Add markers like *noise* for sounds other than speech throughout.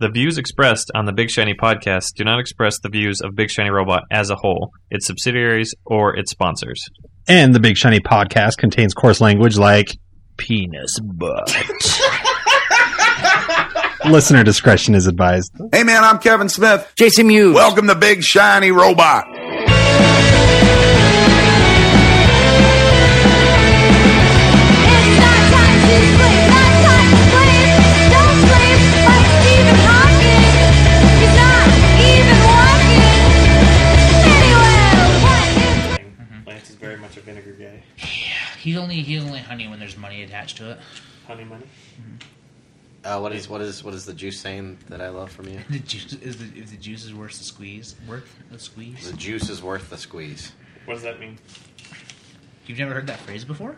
The views expressed on the Big Shiny podcast do not express the views of Big Shiny Robot as a whole, its subsidiaries, or its sponsors. And the Big Shiny podcast contains coarse language like penis *laughs* butt. Listener discretion is advised. Hey man, I'm Kevin Smith. Jason Mewes. Welcome to Big Shiny Robot. It's not time to sleep, not time to sleep. Don't sleep like Stephen Hawking. He's not even walking. Anyway, what is Mm-hmm. Lance is very much a vinegar guy. He's only he's only honey when there's money attached to it. Honey money. Uh, what is what is what is the juice saying that I love from you? The juice is the, if the juice is worth the squeeze, worth the squeeze. The juice is worth the squeeze. What does that mean? You've never heard that phrase before?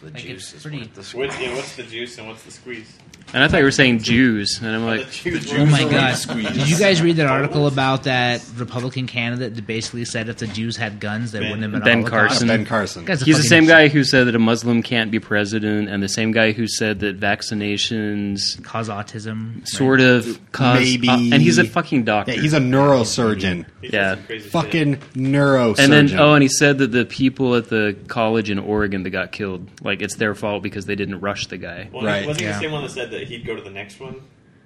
The Like, it's juice is pretty- worth the What, squeeze. yeah, what's the juice and what's the squeeze? And I thought you were saying Jews, and I'm The like, juice. Oh my god! Did you guys read that article about that Republican candidate that basically said if the Jews had guns, there Ben- wouldn't have been a Ben Holocaust? Carson. Ben Carson. Guy's a he's the fucking- same guy who said that a Muslim can't be president, and the same guy who said that vaccinations Cause autism. right? sort of cause. Maybe- uh, and he's a fucking doctor. Yeah, he's a neurosurgeon. He said Yeah. some crazy shit. Fucking neurosurgeon. and then oh, and he said that the people at the college in Oregon that got killed, like it's their fault because they didn't rush the guy. Well, Right, Wasn't he yeah. the same one that said that he'd go to the next one?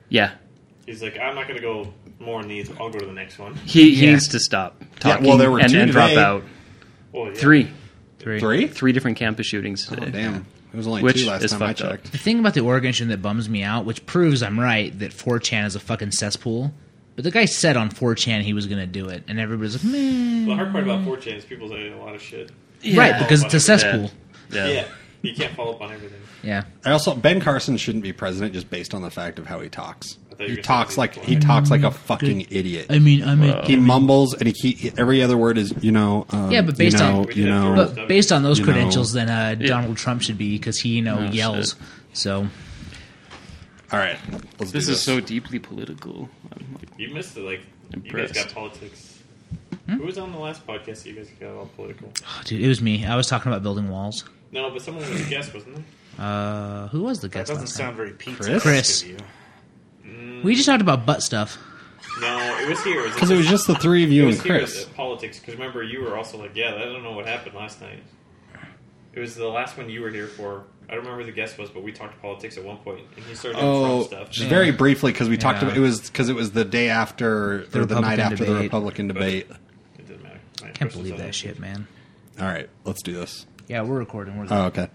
Yeah, He's like, I'm not going to go more on these. I'll go to the next one. *laughs* he, he Yeah. needs to stop Yeah, talking well, there were and, two and drop today. out. Well, yeah. Three, Three. three? three different campus shootings Oh, today. damn. It was only Which two last is time I fucked up. checked. The thing about the Oregon shit that bums me out, which proves I'm right, that 4chan is a fucking cesspool. But the guy said on 4chan he was going to do it, and everybody's like, meh. The hard part about 4chan is people say a lot of shit. Right, because Oh it's a Yeah. cesspool. Yeah. Yeah. You can't follow up on everything. Yeah. I also Ben Carson shouldn't be president just based on the fact of how he talks. I thought you were He gonna talks say like he's he black. talk talks like a fucking idiot. I mean, I mean, He Oh. mumbles and he, he every other word is you know um, Yeah, but based you know, on- you know but based on those You know. Oh, credentials, then uh, Donald Trump should be because he, you know, No yells. shit. So all right let's This do is so deeply political. I'm like, You missed it. Like, you guys Impressed. got politics. Who was on the last podcast that you guys got all political? dude, it was me. I was talking about building walls. No, but someone was a guest, wasn't there? Uh, who was the That guest doesn't last time? sound very pizza. Chris? Chris. You. We just talked about butt stuff. No, it was here. because it was just the three of It you was and here was Chris at politics. Because remember, you were also like, yeah, I don't know what happened last night. It was the last one you were here for. I don't remember who the guest was, but we talked politics at one point, and he started doing oh Trump just stuff. very briefly because we talked Yeah. about it was because it was the day after The or the night Republican after the debate. Republican debate It didn't matter. My Can't person's believe on that it. shit, man. all right let's do this Yeah, we're recording. We're Oh, okay.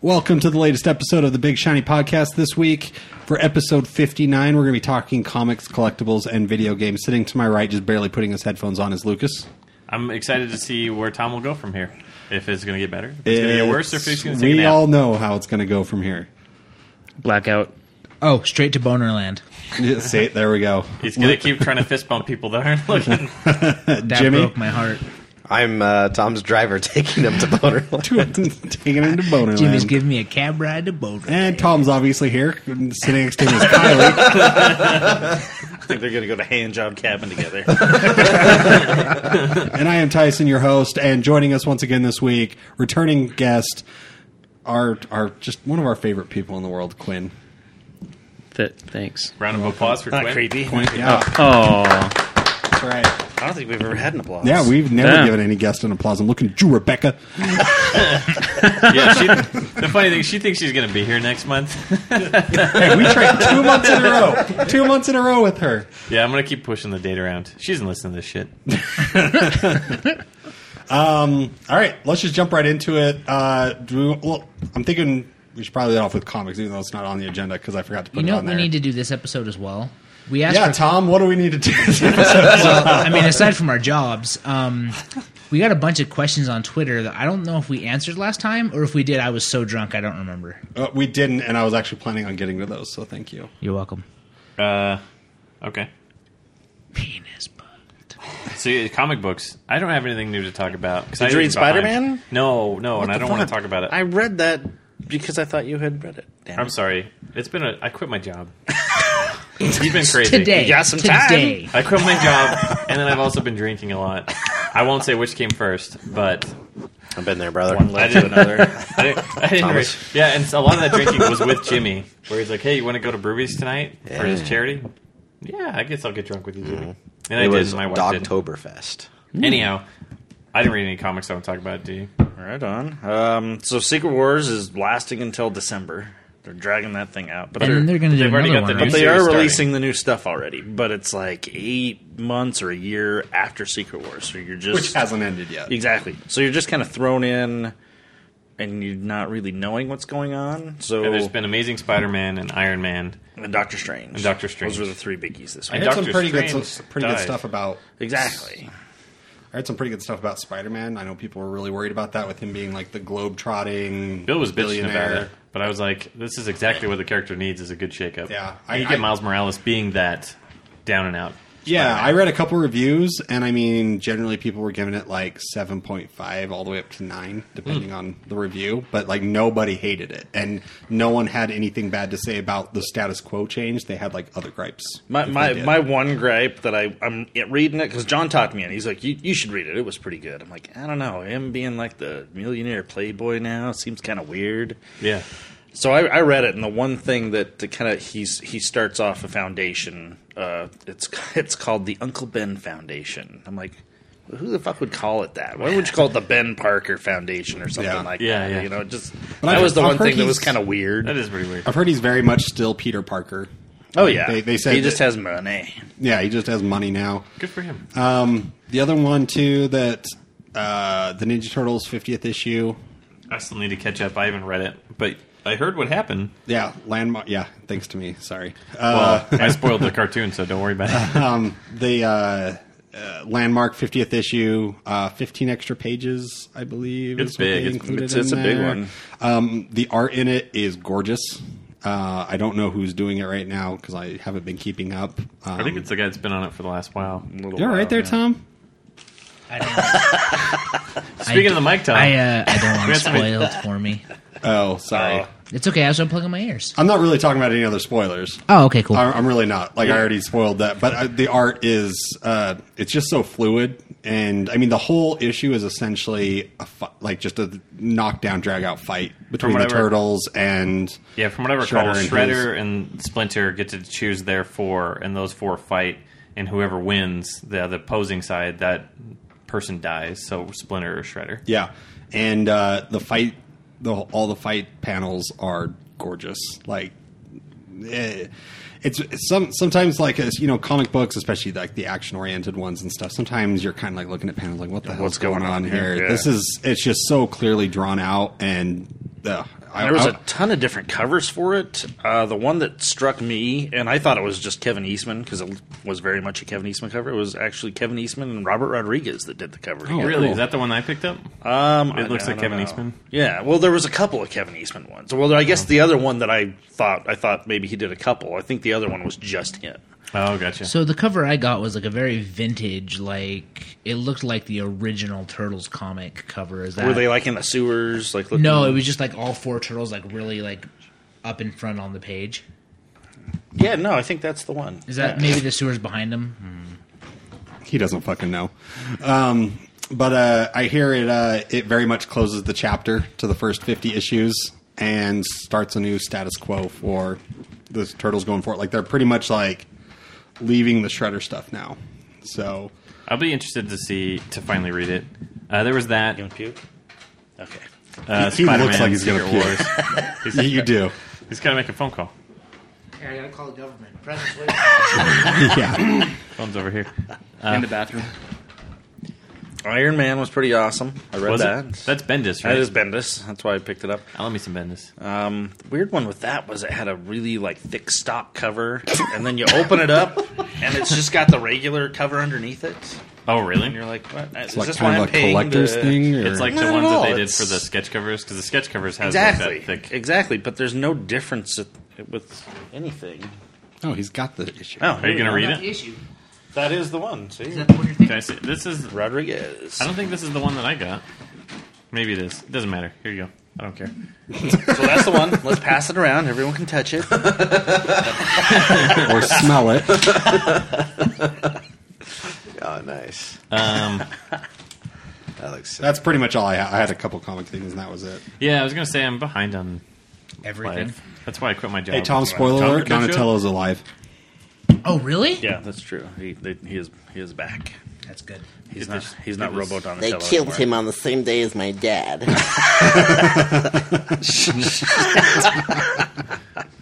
Welcome to the latest episode of the Big Shiny Podcast this week. For episode 59, we're going to be talking comics, collectibles, and video games. Sitting to my right, just barely putting his headphones on, is Lucas. I'm excited to see where Tom will go from here. If it's going to get better, if it's going to get worse, or if it's going to take a We nap. all know how it's going to go from here. *laughs* blackout. oh, straight to Bonerland. Yeah, See, there we go. He's going to keep trying to fist bump people that *laughs* aren't looking. That uh, Jimmy? broke my heart. I'm uh, Tom's driver, *laughs* taking him to *laughs* Boner. *laughs* Taking him to Boner Jimmy's Land. giving me a cab ride to Bonerland. And Tom's obviously here. Sitting next to him is *laughs* Kylie. I think they're going to go to hand job cabin together. and I am Tyson, your host. And joining us once again this week, returning guest, our, our just one of our favorite people in the world, Quinn. Th- thanks. Round of applause for Not Quinn. creepy. Quinn, yeah, Oh, that's right. I don't think we've ever had an applause. Yeah, we've never Damn. given any guest an applause. I'm looking at you, Rebecca. Yeah, she, the funny thing, she thinks she's going to be here next month. Hey, we tried two months in a row. Two months in a row with her. yeah, I'm going to keep pushing the date around. She doesn't listen to this shit. All right, let's just jump right into it. Uh, do we, well, I'm thinking we should probably lead off with comics, even though it's not on the agenda because I forgot to put You know it what on we there. need to do this episode as well? We asked yeah, for Tom, what do we need to *laughs* do? well, I mean, aside from our jobs, *laughs* um, we got a bunch of questions on Twitter that I don't know if we answered last time or if we did. I was so drunk, I don't remember. uh, we didn't, and I was actually planning on getting to those, so thank you. You're welcome. Uh, okay. Penis butt. See, comic books. I don't have anything new to talk about. 'cause I was you behind. read Spider-Man? No, no, and I don't want Fuck. to talk about it. I read that because I thought you had read it. Damn I'm it. sorry. It's been a. I quit my job. You've been crazy. Today. You got some time. today. I quit my job, and then I've also been drinking a lot. I won't say which came first, but I've been there, brother. One led *laughs* to another. I didn't. I didn't Thomas. re- yeah, and so a lot of that drinking was with Jimmy, where he's like, "Hey, you want to go to Broovies tonight for his charity?" Yeah, I guess I'll get drunk with you, Jimmy. And I It did, was and my wife did. Dogtoberfest. Anyhow, I didn't read any comics I want to talk about, do you? Right on. Um, so Secret Wars is lasting until December. They're dragging that thing out, but And they're, they're going to do They've another already got one. the right? but new they series are starting. releasing the new stuff already. But it's like eight months or a year after Secret Wars, so you're just which hasn't ended yet. exactly. So you're just kind of thrown in, and you're not really knowing what's going on. So And there's been Amazing Spider Man and Iron Man. and Doctor Strange And Doctor Strange. Those were the three biggies this I week. heard some Doctor pretty good, Strange some pretty good died. stuff about. Exactly. I heard some pretty good stuff about Spider-Man. I know people were really worried about that with him being like the globe trotting Bill was bitching about it, but I was like, this is exactly what the character needs is a good shakeup. Yeah, I- I, you get I- Miles Morales being that down and out. Yeah, I read a couple reviews, and I mean, generally people were giving it like seven point five all the way up to nine, depending Hmm. on the review. But like nobody hated it, and no one had anything bad to say about the status quo change. They had like other gripes. My if they my, did. my one gripe that I I'm reading it because John talked me in. He's like, you you should read it. It was pretty good. I'm like, I don't know. Him being like the millionaire playboy now seems kind of weird. Yeah. So I, I read it, and the one thing that kind of he's he starts off a foundation. Uh, it's *laughs* it's called the Uncle Ben Foundation. I'm like, who the fuck would call it that? Why would you call it the Ben Parker Foundation or something Yeah. like Yeah, that? yeah. You know, just But that I've- was the I've one heard thing that was he's- kind of weird. That is pretty weird. I've heard he's very much still Peter Parker. oh yeah, They- they said he just that- has money. Yeah, he just has money now. Good for him. Um, the other one too that uh, the Ninja Turtles 50th issue. I still need to catch up. I haven't read it, but I heard what happened. Yeah, landmark. Yeah, thanks to me. Sorry. Well, Uh, I spoiled the cartoon, so don't worry about it. the uh, uh, landmark 50th issue, uh, 15 extra pages, I believe. It's is what they big. It's- included it's- it's in a big there. one. Um, the art in it is gorgeous. Uh, I don't know who's doing it right now because I haven't been keeping up. Um, I think it's the guy that's been on it for the last while. you're right there, Tom. I don't- Speaking of the mic, Tom, I, uh, *laughs* I We don't want to had somebody- spoil it for me. Oh, sorry. Uh, It's okay. I was unplugging my ears. I'm not really talking about any other spoilers. Oh, okay, cool. I- I'm really not. Like I already spoiled that, but uh, the art is uh, it's just so fluid, and I mean the whole issue is essentially a fi- like just a knockdown, drag out fight between the what I read- turtles and yeah, from what I recall, Shredder and Shredder and Splinter get to choose their four, and those four fight, and whoever wins the the opposing side, that person dies. So Splinter or Shredder. yeah, and uh, the fight, the all the fight panels are gorgeous. Like eh, it's it's some sometimes like as you know comic books, especially like the action oriented ones and stuff. Sometimes you're kind of like looking at panels like, what the hell's What's going on here? here? Yeah. This is it's just so clearly drawn out and. Uh, I, There was I- a ton of different covers for it. Uh, the one that struck me, and I thought it was just Kevin Eastman because it was very much a Kevin Eastman cover. It was actually Kevin Eastman and Robert Rodriguez that did the cover. together. Oh, Really? Is that the one I picked up? Um, It looks I- I like don't Kevin know. Eastman. Oh. Yeah. Well, there was a couple of Kevin Eastman ones. Well, I guess the other one that I thought I thought maybe he did a couple. I think the other one was just him. Oh, gotcha. So the cover I got was like a very vintage, like it looked like the original Turtles comic cover. Is that Were they like in the sewers? Like looking, No, it was just like all four turtles, like really like up in front on the page. Yeah. No, I think that's the one. Is that maybe the sewers behind them? he doesn't fucking know. Um, but uh, I hear it. Uh, it very much closes the chapter to the first fifty issues and starts a new status quo for the turtles going forward. Like they're pretty much like leaving the shredder stuff now. So I'll be interested to see to finally read it. Uh, there was that. You gonna puke? Okay. Uh, He- he looks Spider-Man, like he's gonna Secret puke. *laughs* Wars. *laughs* he's, you, you do, he's gotta make a phone call. Yeah, I gotta call the government. yeah. Phone's over *laughs* here. Uh. in the bathroom. Iron Man was pretty awesome. I read Was that. it? That's Bendis, right? That is Bendis. That's why I picked it up. I'll let me some Bendis. Um, the weird one with that was it had a really like thick stock cover, and then you open it up, and it's just got the regular cover underneath it. Oh, really? And you're like, what? Is It's like this why kind I'm of a paying collector's the- thing. Or? It's like Not the at ones all, that they did it's- for the sketch covers, because the sketch covers has Exactly, like that thick. exactly. But there's no difference it- it- with anything. oh, he's got the issue. Oh, Are you gonna read it? issue. That is the one. See, Can I see? This is. Rodriguez. I don't think this is the one that I got. Maybe it is. It doesn't matter. Here you go. I don't care. So that's the one. Let's pass it around. Everyone can touch *laughs* *laughs* it. or smell *laughs* it. Oh, nice. Um, That looks sick. That's pretty much all I had. I had a couple comic things, and that was it. yeah, I was gonna say I'm behind on Everything. life. That's why I quit my job. Hey, Tom! Spoiler Tom, alert: can I show it? Donatello's alive. Oh, really? Yeah, that's true. He they, he is he is back. That's good. He's not he's not Robo Donatello. They killed anymore. him on the same day as my dad. I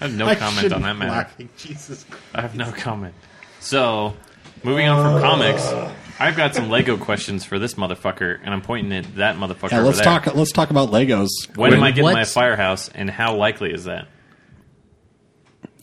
have no I comment on shouldn't that be matter. laughing. Jesus Christ. I have no comment. So, moving on Uh, from comics, I've got some Lego questions for this motherfucker, and I'm pointing at that motherfucker. Yeah, over let's there. talk. Let's talk about Legos. When, am I getting my What? firehouse, and how likely is that?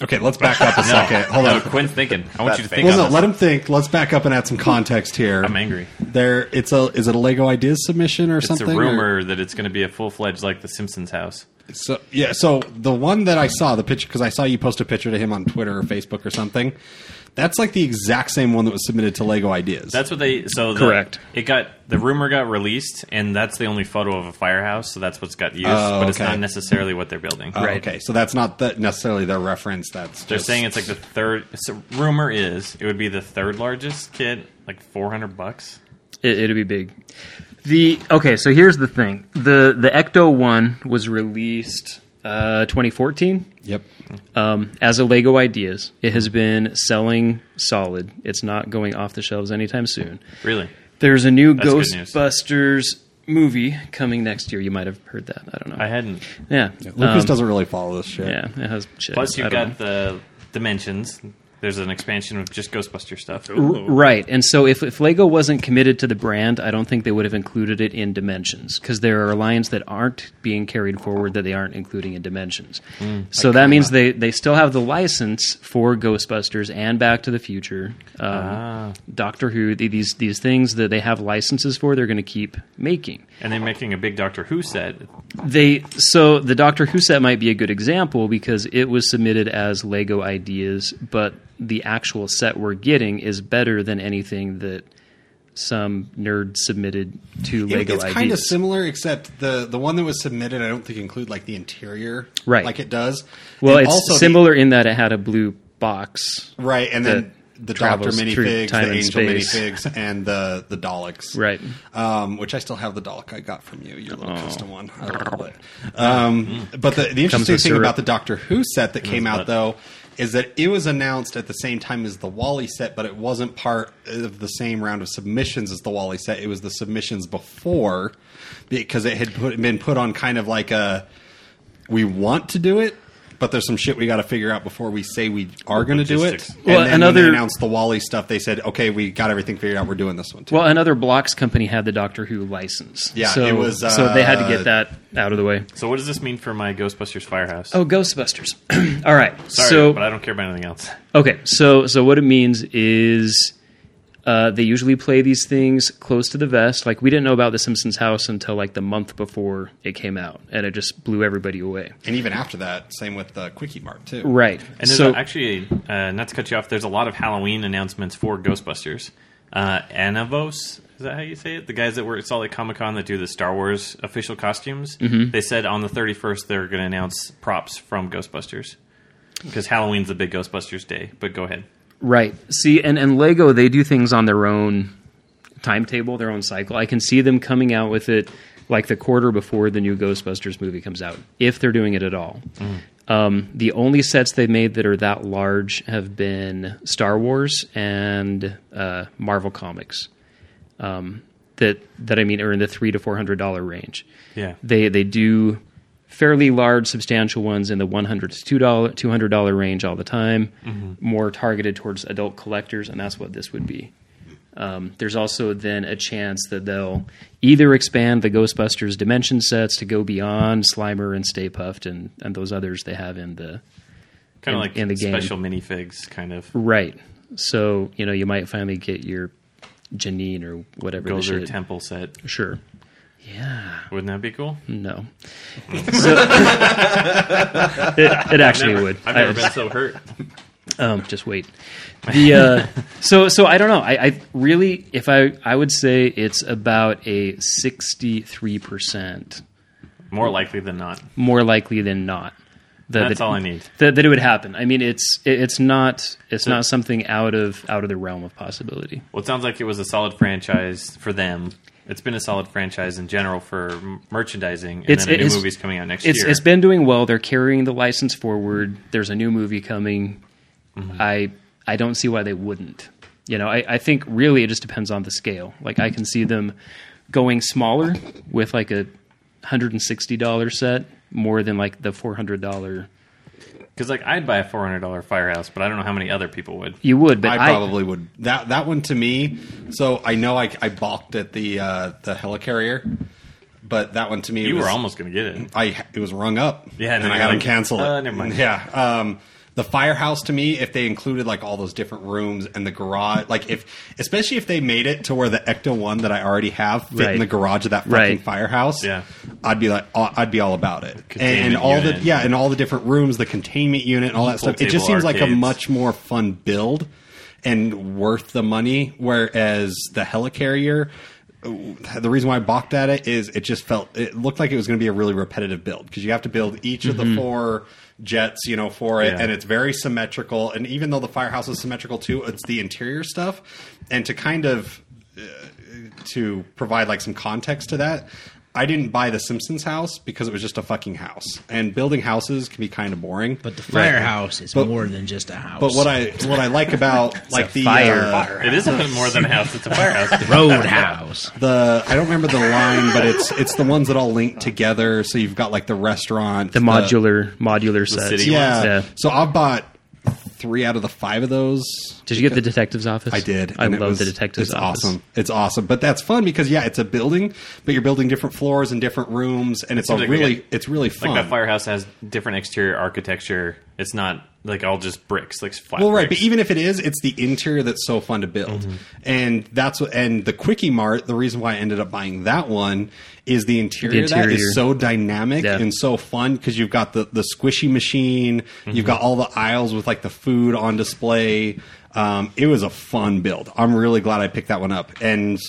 Okay, let's back *laughs* up a second. Hold no, on. Quinn's thinking. I want you to think. Well, on no, this. let him think. Let's back up and add some context here. I'm angry. There, it's a is it a Lego Ideas submission or It's a something? or- rumor that it's going to be a full fledged like the Simpsons house. So yeah, so the one that I saw the picture because I saw you post a picture to him on Twitter or Facebook or something. That's like the exact same one that was submitted to Lego Ideas. That's what they. So the, Correct. It got the rumor got released, and that's the only photo of a firehouse. So that's what's got used, Oh, but it's okay. not necessarily what they're building. Oh, Okay, so that's not the, necessarily their reference. That's They're just, saying it's like the third. So rumor is it would be the third largest kit, like four hundred bucks. It, it'll be big. The okay, so here's the thing: the the Ecto One was released uh, 2014 Yep. um, as a Lego Ideas. It has been selling solid. It's not going off the shelves anytime soon. Really? There's a new That's good news. Ghostbusters movie coming next year. You might have heard that. I don't know. I hadn't. yeah, Lucas um, doesn't really follow this shit. Yeah, it has shit. Plus, I you've don't got the dimensions. There's an expansion of just Ghostbuster stuff. know. R- right, and so if, if Lego wasn't committed to the brand, I don't think they would have included it in Dimensions because there are lines that aren't being carried forward that they aren't including in Dimensions. so that means they, they still have the license for Ghostbusters and Back to the Future, um, Doctor Who. the- These these things that they have licenses for, they're going to keep making. And they're making a big Doctor Who set. They so the Doctor Who set might be a good example because it was submitted as Lego ideas, but the actual set we're getting is better than anything that some nerd submitted to It- Lego it's kind of ideas. similar, except the the one that was submitted, I don't think include like the interior, Right. Like it does. well, And it's also the- similar in that it had a blue box. right? And then the Doctor travels through minifigs, time the and Angel space. minifigs, and the the Daleks, *laughs* Right. Um, which I still have the Dalek I got from you, your little custom one. I *laughs* love it. Um, but the, the Oh. Hmm. Comes interesting with thing syrup. about the Doctor Who set that came out butt. though is that it was announced at the same time as the Wally set, but it wasn't part of the same round of submissions as the Wally set. It was the submissions before because it had put, been put on kind of like a we want to do it. But there's some shit we got to figure out before we say we are going to do it. Logistics. And Well, then when another- they announced the Wally stuff, they said, "Okay, we got everything figured out. We're doing this one too." Well, another blocks company had the Doctor Who license. Yeah, so, it was, so they had to uh, get that out of the way. So, what does this mean for my Ghostbusters firehouse? Oh, Ghostbusters! *clears throat* All right, Sorry, so but I don't care about anything else. Okay, so so what it means is uh, they usually play these things close to the vest. Like we didn't know about the Simpsons house until like the month before it came out, and it just blew everybody away. And even after that, same with the Quickie Mart too. Right. And there's so a- actually, uh, not to cut you off, there's a lot of Halloween announcements for Ghostbusters. Uh, Anavos, is that how you say it? The guys that were at Salt Lake Comic Con that do the Star Wars official costumes, Mm-hmm. they said on the 31st they're going to announce props from Ghostbusters. Because Halloween's the big Ghostbusters day, but go ahead. right. See, and and Lego they do things on their own timetable, their own cycle. I can see them coming out with it like the quarter before the new Ghostbusters movie comes out, if they're doing it at all. Um, the only sets they've made that are that large have been Star Wars and uh, Marvel Comics. Um, that that I mean are in the three to four hundred dollar range. Yeah. they they do fairly large, substantial ones in the one hundred to two dollar two hundred dollar range all the time. Mm-hmm. More targeted towards adult collectors, and that's what this would be. Um, there's also then a chance that they'll either expand the Ghostbusters dimension sets to go beyond Slimer and Stay Puffed and, and those others they have in the In- Kind of like in the game. special minifigs, kind of. right. So you know you might finally get your Janine or whatever the Gozer shit. Temple set. Sure. Yeah. Wouldn't that be cool? *laughs* No. So- *laughs* it, it actually would. I've never I- been so hurt. um, just wait. *laughs* The uh, so so I don't know. I, I really, if I I would say it's about a sixty three percent More likely than not. more likely than not. That, That's all I need. That, that it would happen. I mean, it's it, it's not it's not something out of out of the realm of possibility. Well, it sounds like it was a solid franchise for them. It's been a solid franchise in general for m- merchandising, and It's- then a it's- new movie's coming out next It's year. it's Mm-hmm. been doing well. They're carrying the license forward. There's a new movie coming. I I don't see why they wouldn't. You know, I, I think really it just depends on the scale. Like I can see them going smaller with like a hundred and sixty dollar set more than like the four hundred dollar Because like I'd buy a four hundred dollar firehouse, but I don't know how many other people would. you would, but I I, probably would that that one to me. So I know I, I balked at the uh, the helicarrier, but that one to me You was, were almost going to get it. I it was rung up. Yeah, and, and then I you're had them like, cancel it. uh, never mind. Yeah, um, the firehouse to me, if they included like all those different rooms and the garage, like if especially if they made it to where the Ecto one that I already have fit Right. in the garage of that fucking Right. firehouse, Yeah. I'd be like, uh, I'd be all about it. And, Containment and all the unit. yeah, and all the different rooms, the containment unit, and all that Pool stuff. It just table seems like a arcades. much more fun build and worth the money. Whereas the helicarrier, uh, the reason why I balked at it is it just felt it looked like it was going to be a really repetitive build because you have to build each of the four jets, you know, for it, Yeah. and it's very symmetrical. And even though the firehouse is symmetrical too, it's the interior stuff, and to kind of uh, to provide like some context to that. I didn't buy the Simpsons house because it was just a fucking house, and building houses can be kind of boring. But the firehouse is But- more than just a house. But what I what I like about like the fire. uh, It is a *laughs* bit more than a house; it's a firehouse. roadhouse. the I don't remember the line, but it's it's the ones that all link together. So you've got like the restaurant, the modular modular set. city yeah. Yeah. So I bought three out of the five of those. Did you get the detective's office? I did. I and it love was- the detective's It's office. awesome. It's awesome, but that's fun because yeah, it's a building, but you're building different floors and different rooms, and it's a seems like we really got- it's really Like fun. that firehouse has different exterior architecture. It's not like all just bricks, like flat. Well, right, bricks. but even if it is, it's the interior that's so fun to build, and that's what, and the Quickie Mart. The reason why I ended up buying that one is the interior, The that interior. is so dynamic Yeah. and so fun because you've got the the squishy machine, you've got all the aisles with like the food on display. Um, it was a fun build. I'm really glad I picked that one up, and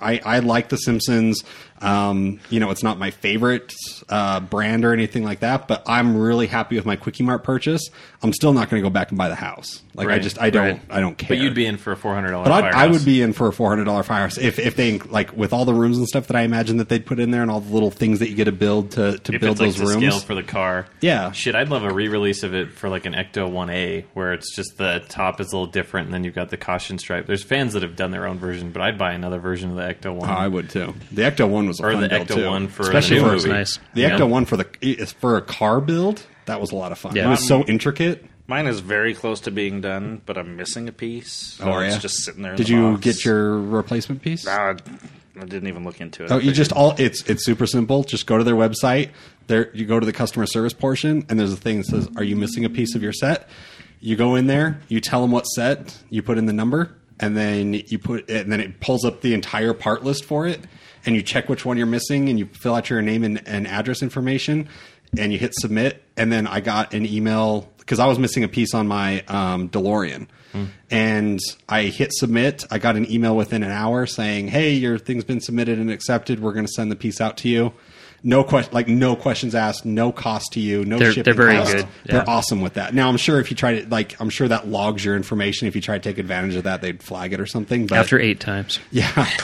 I, I like The Simpsons. Um, you know, it's not my favorite uh, brand or anything like that, but I'm really happy with my *laughs* Quickie Mart purchase. I'm still not going to go back and buy the house. Like I Right, just I don't right. I don't care. But you'd be in for a four hundred dollar But firehouse. I, I would be in for a four hundred dollar firehouse if if they like with all the rooms and stuff that I imagine that they'd put in there and all the little things that you get to build to to if build it's like those the rooms. scale for the car. Yeah. Shit, I'd love a re-release of it for like an Ecto 1A where it's just the top is a little different and then you've got the caution stripe. There's fans that have done their own version, but I'd buy another version of the Ecto 1. Oh, I would too. The Ecto one was a Or fun the build, Ecto too. one for especially the new for movie. Nice. the Yeah. Ecto one for the is for a car build. That was a lot of fun. Yeah. It was so intricate. Mine is very close to being done, but I'm missing a piece. So Oh, are it's ya? just sitting there. in Did the you box. get your replacement piece? Nah, I didn't even look into it. Oh, you Figured- just all it's it's super simple. Just go to their website. There you go to the customer service portion, and there's a thing that says, "Are you missing a piece of your set?" You go in there, you tell them what set, you put in the number, and then you put and then it pulls up the entire part list for it, and you check which one you're missing, and you fill out your name and, and address information, and you hit submit, and then I got an email because I was missing a piece on my um, DeLorean. And I hit submit. I got an email within an hour saying, "Hey, your thing's been submitted and accepted. We're going to send the piece out to you. No question, like no questions asked, no cost to you, no They're- shipping. they're very cost. good. They're Yeah. awesome with that. Now I'm sure if you try to like, I'm sure that logs your information. If you try to take advantage of that, they'd flag it or something. But *laughs* After eight times, yeah, oh, is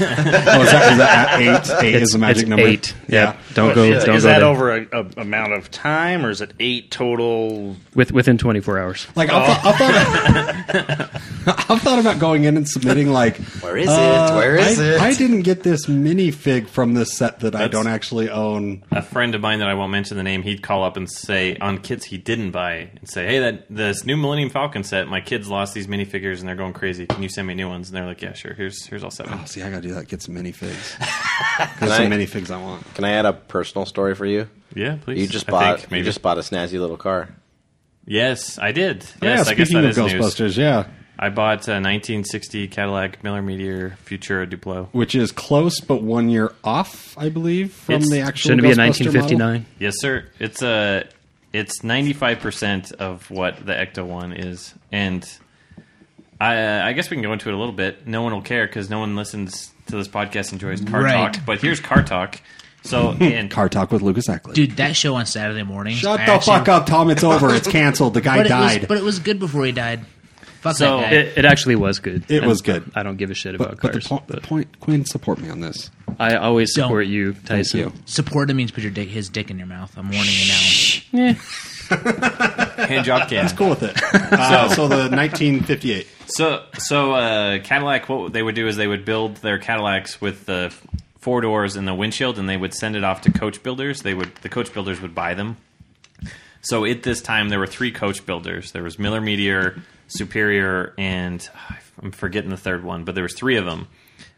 that, is that eight? Eight is the magic it's number. Eight. Yeah. Don't go. Is, don't is go that there. over a, a amount of time, or is it eight total? With, within twenty four hours. Like I've, thought, I've, thought, I've thought about going in and submitting like Where is uh, it? Where is I, it? I didn't get this minifig from this set that I don't actually own. a friend of mine that I won't mention the name, he'd call up and say on kits he didn't buy and say, "Hey, that this new Millennium Falcon set, my kids lost these minifigures and they're going crazy. Can you send me new ones?" And they're like, "Yeah, sure. Here's here's all seven. Oh, see, I gotta do that. Get some *laughs* minifigs. There's I- some minifigs I want. Can I add a personal story for you? Yeah, please. You just I bought think, you just Oh, bought a snazzy little car. yes, I did. Yes, yeah, I guess speaking of that is Ghostbusters, news. yeah, I bought a 1960 Cadillac Miller Meteor Futura Duplo. which is close but one year off, I believe, from It's the actual. Shouldn't it be a Ghostbuster nineteen fifty model. nine? Yes, sir. It's a it's ninety five percent of what the Ecto one is, and I I guess we can go into it a little bit. No one will care because no one listens to this podcast enjoys car Right. talk. But here's car talk. So *laughs* and Car talk with Lucas Ackley. Dude, that show on Saturday morning. Shut the fuck up, Tom. It's over. It's canceled. The guy But it, died. was, but it was good before he died. Fuck So- that guy. It, it actually was good. It And was good. I don't give a shit but, about but the, cars. po- the point, Quinn, support me on this. I always Don't. support you, Thank Tyson. you. Support him means put your dick, his dick in your mouth. I'm warning you now. Hand job cam. Cool with *laughs* it. Uh, so the 1958. So, so uh, Cadillac, what they would do is they would build their Cadillacs with the four doors and the windshield, and they would send it off to coach builders. They would the coach builders would buy them. So at this time, there were three coach builders. There was Miller Meteor, Superior, and I'm forgetting the third one, but there was three of them.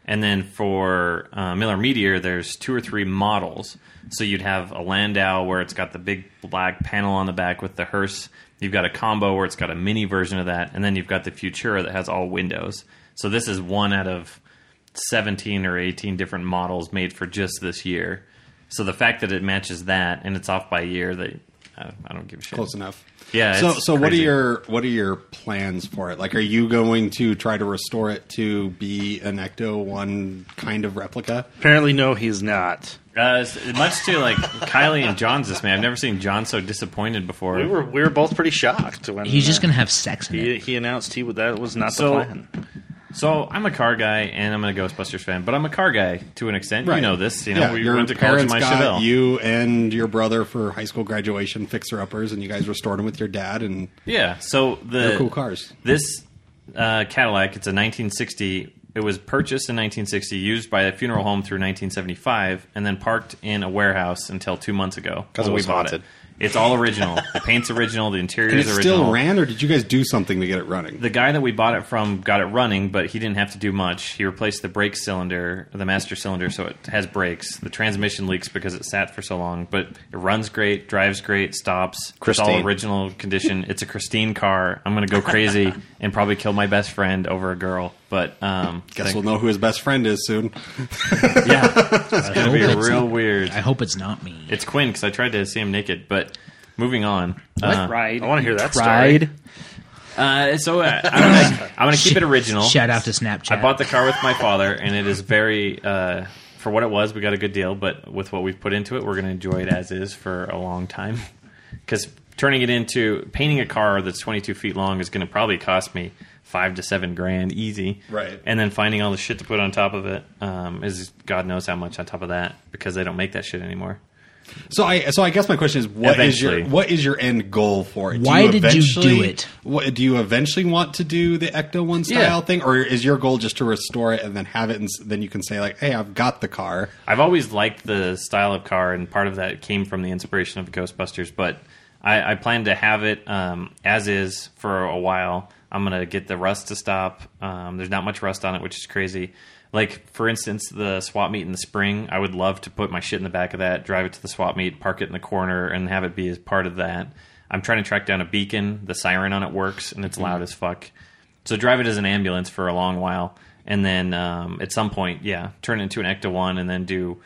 And then for uh, Miller Meteor, there's two or three models. So you'd have a Landau where it's got the big black panel on the back with the hearse. You've got a combo where it's got a mini version of that, and then you've got the Futura that has all windows. So this is one out of 17 or 18 different models made for just this year. So the fact that it matches that and it's off by a year, they I, I don't give a shit. Close enough. Yeah, So, it's so what are crazy. your what are your plans for it? Like, are you going to try to restore it to be an Ecto One kind of replica? Apparently, no, he's not. Uh, s- much to like Kylie and John's this man. I've never seen John so disappointed before. We were we were both pretty shocked when He's just uh, gonna have sex in it. He, he announced he would, that was not So- the plan. So I'm a car guy and I'm a Ghostbusters fan, but I'm a car guy to an extent. You Right. know this. You know yeah, we your went to college in parents my got Chevelle. you and your brother for high school graduation fixer uppers, and you guys restored them with your dad. And Yeah. So the They're cool cars. This uh, Cadillac, it's a 1960. It was purchased in 1960, used by a funeral home through 1975, and then parked in a warehouse until two months ago. 'Cause when it we was bought haunted. It. It's all original. the paint's original. The interior's and it original. still ran, or did you guys do something to get it running? the guy that we bought it from got it running, but he didn't have to do much. He replaced the brake cylinder, the master cylinder, so it has brakes. The transmission leaks because it sat for so long, but it runs great, drives great, stops. It's Christine. all original condition. It's a Christine car. I'm going to go crazy and probably kill my best friend over a girl, but um, Guess we'll know who his best friend is soon. yeah, it's going to be hope it's- *laughs* real weird. I hope it's not me. It's Quinn because I tried to see him naked, but moving on. Uh, Pride. I want to hear that story. Pride. uh, so uh, *laughs* I'm gonna- I'm going to keep it original. Shout out to Snapchat. I bought the car with my father, and it is very uh, for what it was. We got a good deal, but with what we've put into it, we're going to enjoy it as is for a long time. Because turning it into painting a car that's 22 feet long is going to probably cost me five to seven grand easy. Right. And then finding all the shit to put on top of it um, is God knows how much on top of that because they don't make that shit anymore. So I so I guess my question is what is Eventually. your what is your end goal for it? Why did you do eventually- it? What, do you eventually want to do the Ecto One Yeah. style thing, or is your goal just to restore it and then have it, and s- then you can say like, "Hey, I've got the car." I've always liked the style of car, and part of that came from the inspiration of Ghostbusters. But I, I plan to have it um, as is for a while. I'm gonna get the rust to stop. Um, there's not much rust on it, which is crazy. Like for instance, the swap meet in the spring. I would love to put my shit in the back of that, drive it to the swap meet, park it in the corner, and have it be as part of that. I'm trying to track down a beacon. The siren on it works, and it's loud as fuck. So drive it as an ambulance for a long while, and then um, at some point, yeah, turn it into an Ecto One, and then do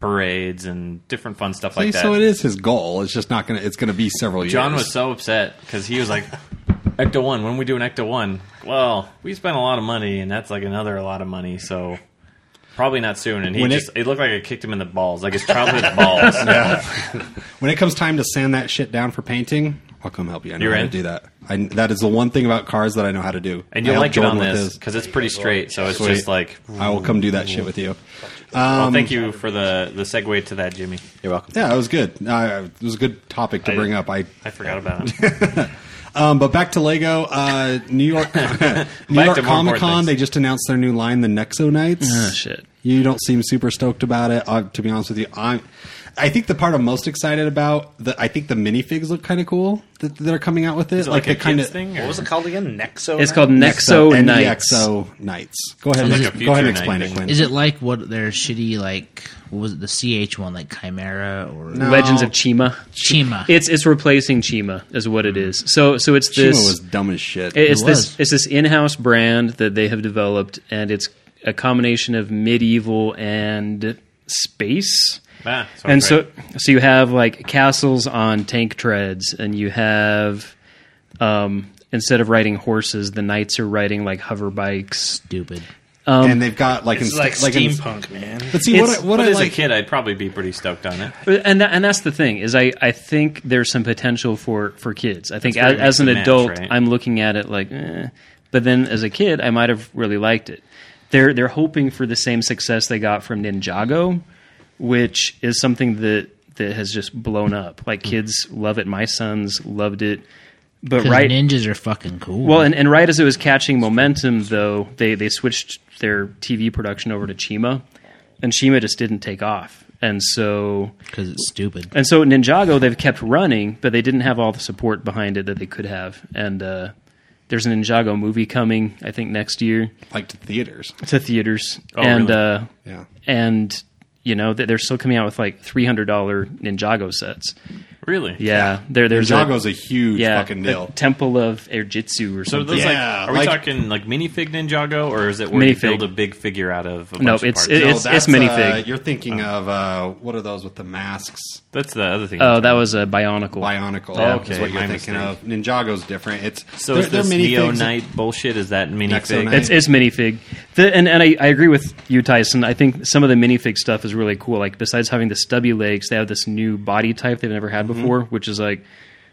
parades and different fun stuff like that. so it is his goal. It's just not gonna. It's gonna be several John years. was so upset because he was like, *laughs* "Ecto One, when we do an Ecto One, well, we spent a lot of money, and that's like another lot of money, so." Probably not soon, and he When it- just—it looked like I kicked him in the balls, like his childhood *laughs* balls. when it comes time to sand that shit down for painting, I'll come help you. I know You're how in? to do that. I, that is the one thing about cars that I know how to do. And you'll I helped like it Jordan on with this his. because it's pretty straight, so it's Sweet. just like. I will come do that shit with you. Well, thank you for the the segue to that, Jimmy. You're welcome. Yeah, it was good. Uh, it was a good topic to I- bring up. I I forgot about it. *laughs* Um, but back to Lego, uh, New York, *laughs* New Back York to more important Comic Con. things. They just announced their new line, the Nexo Knights. Ah, shit. You don't seem super stoked about it. Uh, to be honest with you, I'm. I think the part I'm most excited about, the, I think the minifigs look kind of cool that that are coming out with it. Is it like, the a kind kids of thing? What or- was it called again? Nexo. E It's now? called Nexo, E Knights. Nexo Knights. Go ahead, Sounds and, like a go future ahead and explain night it, thing. Quinn. Is it like what their shitty like? What was it the CH one like Chimera or Legends of No. Chima. Chima? It's it's replacing Chima is what it is. So so it's Shima this Hmm. was dumb as shit. It's It was. this it's this in-house brand that they have developed, and it's a combination of medieval and space. Ah, so and great. so so you have like castles on tank treads, and you have um, instead of riding horses, the knights are riding like hover bikes. Stupid. and they've got like, It's inst- like, in- steampunk, man. but see what It's- I, what but I as like. a kid, I'd probably be pretty stoked on it. And that, and that's the thing is I, I think there's some potential for, for kids. I think That's as, very as an mix and match, adult right? I'm looking at it like, eh. but then as a kid I might have really liked it. They're they're hoping for the same success they got from Ninjago, which is something that that has just blown up. Hmm. Like kids love it. My sons loved it. But 'Cause right ninjas are fucking cool. well, and, and right as it was catching momentum, though, they, they switched their TV production over to Chima, and Chima just didn't take off. And so, because it's stupid. and so Ninjago, they've kept running, but they didn't have all the support behind it that they could have. And uh, there's a Ninjago movie coming, I think, next year like to theaters. Oh, to theaters. and really? uh, Yeah. and you know th- they're still coming out with like three hundred dollar Ninjago sets. Really? Yeah, there there's a- Ninjago's a huge yeah, fucking a deal. Temple of Erjitsu or So something. those Yeah, like, are we like- talking like minifig Ninjago, or is it where you Minifig. build a big figure out of? A bunch No, of it's- parts? it- it's- that's, minifig. Uh, you're thinking Uh-huh. of uh, what are those with the masks? that's the other thing. Oh, that was a Bionicle. Bionicle. Yeah, is okay, what you're my thinking mistake. of. Ninjago's different. It's so they're- is they're this Neo minifigs. Knight bullshit? Is that minifig? Nexonite. It's, it's minifig, the, and and I, I agree with you, Tyson. I think some of the minifig stuff is really cool. Like besides having the stubby legs, they have this new body type they've never had before, which is like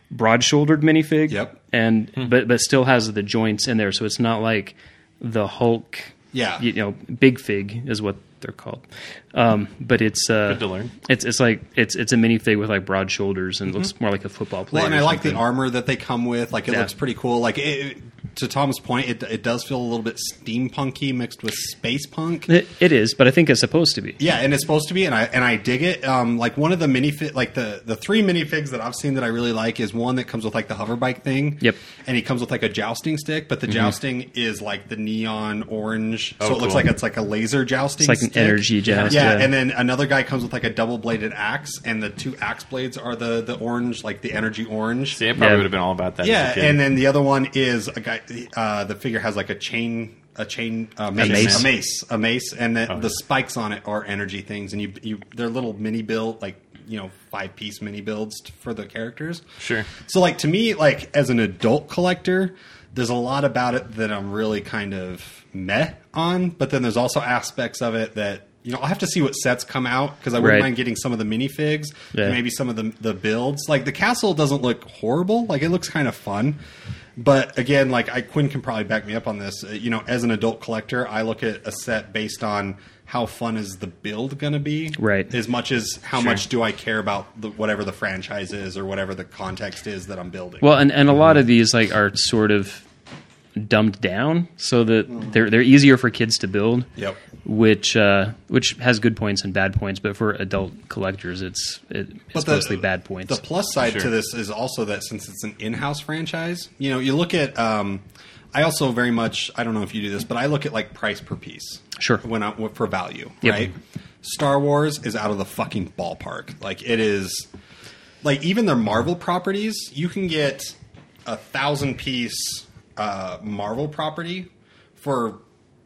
broad-shouldered minifig. Mm-hmm. Yep. Hmm. And but but still has the joints in there, so it's not like the Hulk. Yeah. You know, big fig is what they're called. Um, but it's uh, Good to learn. It's it's like it's it's a minifig with like broad shoulders and looks more like a football player. Well, and Mm-hmm. I or like the something. armor that they come with. Like it Yeah. looks pretty cool. Like it, it- to Tom's point, it it does feel a little bit steampunky mixed with space punk. It, it is, but I think it's supposed to be. Yeah, and it's supposed to be, and I and I dig it. Um, like one of the minifig, like the the three minifigs that I've seen that I really like is one that comes with like the hover bike thing. Yep. and he comes with like a jousting stick, but the jousting is like the neon orange, so Oh, it looks cool. like it's like a laser jousting. It's like an stick. energy joust, Yeah. yeah. and then another guy comes with like a double bladed axe, and the two axe blades are the the orange, like the energy orange. See, I probably Yeah. would have been all about that. Yeah, as a kid. and then the other one is a guy. Uh, the figure has like a chain, a chain, a mace, mace. a mace, a mace, and the, Oh. the spikes on it are energy things, and you you they're little mini build like you know five piece mini builds t- for the characters. Sure. So like to me, like as an adult collector, there's a lot about it that I'm really kind of meh on, but then there's also aspects of it that. You know, I'll have to see what sets come out because I wouldn't Right. mind getting some of the minifigs, Yeah. maybe some of the the builds. Like the castle doesn't look horrible. Like it looks kind of fun. But again, like I Quinn can probably back me up on this. Uh, you know, as an adult collector, I look at a set based on how fun is the build going to be, Right. As much as how much do I care about the, whatever the franchise is or whatever the context is that I'm building. Well, and, and a lot of these like are sort of dumbed down so that they're they're easier for kids to build. Mm-hmm. Yep. Which uh, which has good points and bad points, but for adult collectors, it's it, it's mostly bad points. The plus side to this is also that since it's an in-house franchise, you know, you look at. Um, I also very much. I don't know if you do this, but I look at like price per piece. Sure. When I for value, Yep. right? Star Wars is out of the fucking ballpark. Like it is. Like even their Marvel properties, you can get a thousand piece uh, Marvel property for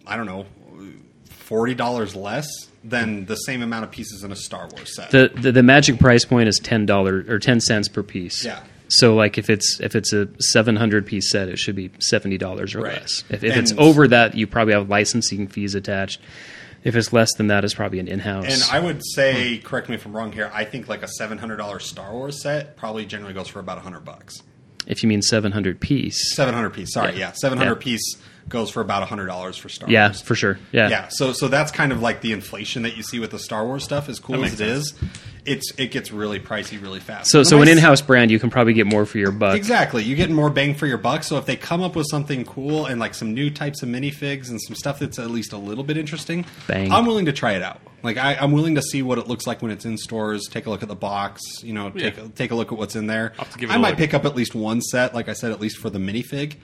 I don't know forty dollars less than the same amount of pieces in a Star Wars set. the, the the magic price point is ten dollar or ten cents per piece. Yeah. So like if it's if it's a seven hundred piece set, it should be seventy dollars or Right. less. If, if it's And- over that, you probably have licensing fees attached. If it's less than that, it's probably an in-house. And I would say, Hmm. correct me if I'm wrong here. I think like a seven hundred dollar Star Wars set probably generally goes for about hundred bucks. if you mean seven hundred piece, Seven hundred piece. Sorry, Yeah. yeah, seven hundred Yeah. piece goes for about hundred dollars for Star yeah, Wars. for sure. Yeah. So so that's kind of like the inflation that you see with the Star Wars stuff. As cool as it is, it's it gets really pricey really fast. So, When so I an s- in-house brand, you can probably get more for your buck. Exactly. You're getting more bang for your buck. So if they come up with something cool and like some new types of minifigs and some stuff that's at least a little bit interesting, Bang. I'm willing to try it out. Like I, I'm willing to see what it looks like when it's in stores. Take a look at the box. You know, take a take a look at what's in there. have to give it I a might look. pick up at least one set. Like I said, at least for the minifig.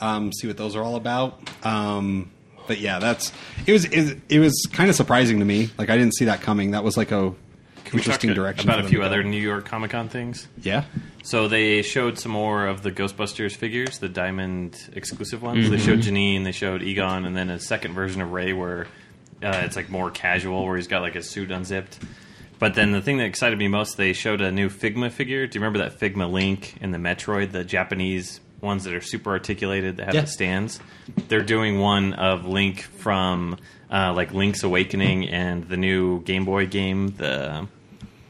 Um, see what those are all about. Um, but yeah, that's it was it, it was kind of surprising to me. Like I didn't see that coming. That was like a We talked interesting a- direction about for a them few to go. other New York Comic Con things. Yeah. So they showed some more of the Ghostbusters figures, the diamond exclusive ones. Mm-hmm. They showed Janine, they showed Egon, and then a second version of Ray where uh, it's like more casual, where he's got like his suit unzipped. But then the thing that excited me most, they showed a new Figma figure. Do you remember that Figma Link and the Metroid, the Japanese ones that are super articulated that have Yeah. the stands? They're doing one of Link from uh, like Link's Awakening and the new Game Boy game, the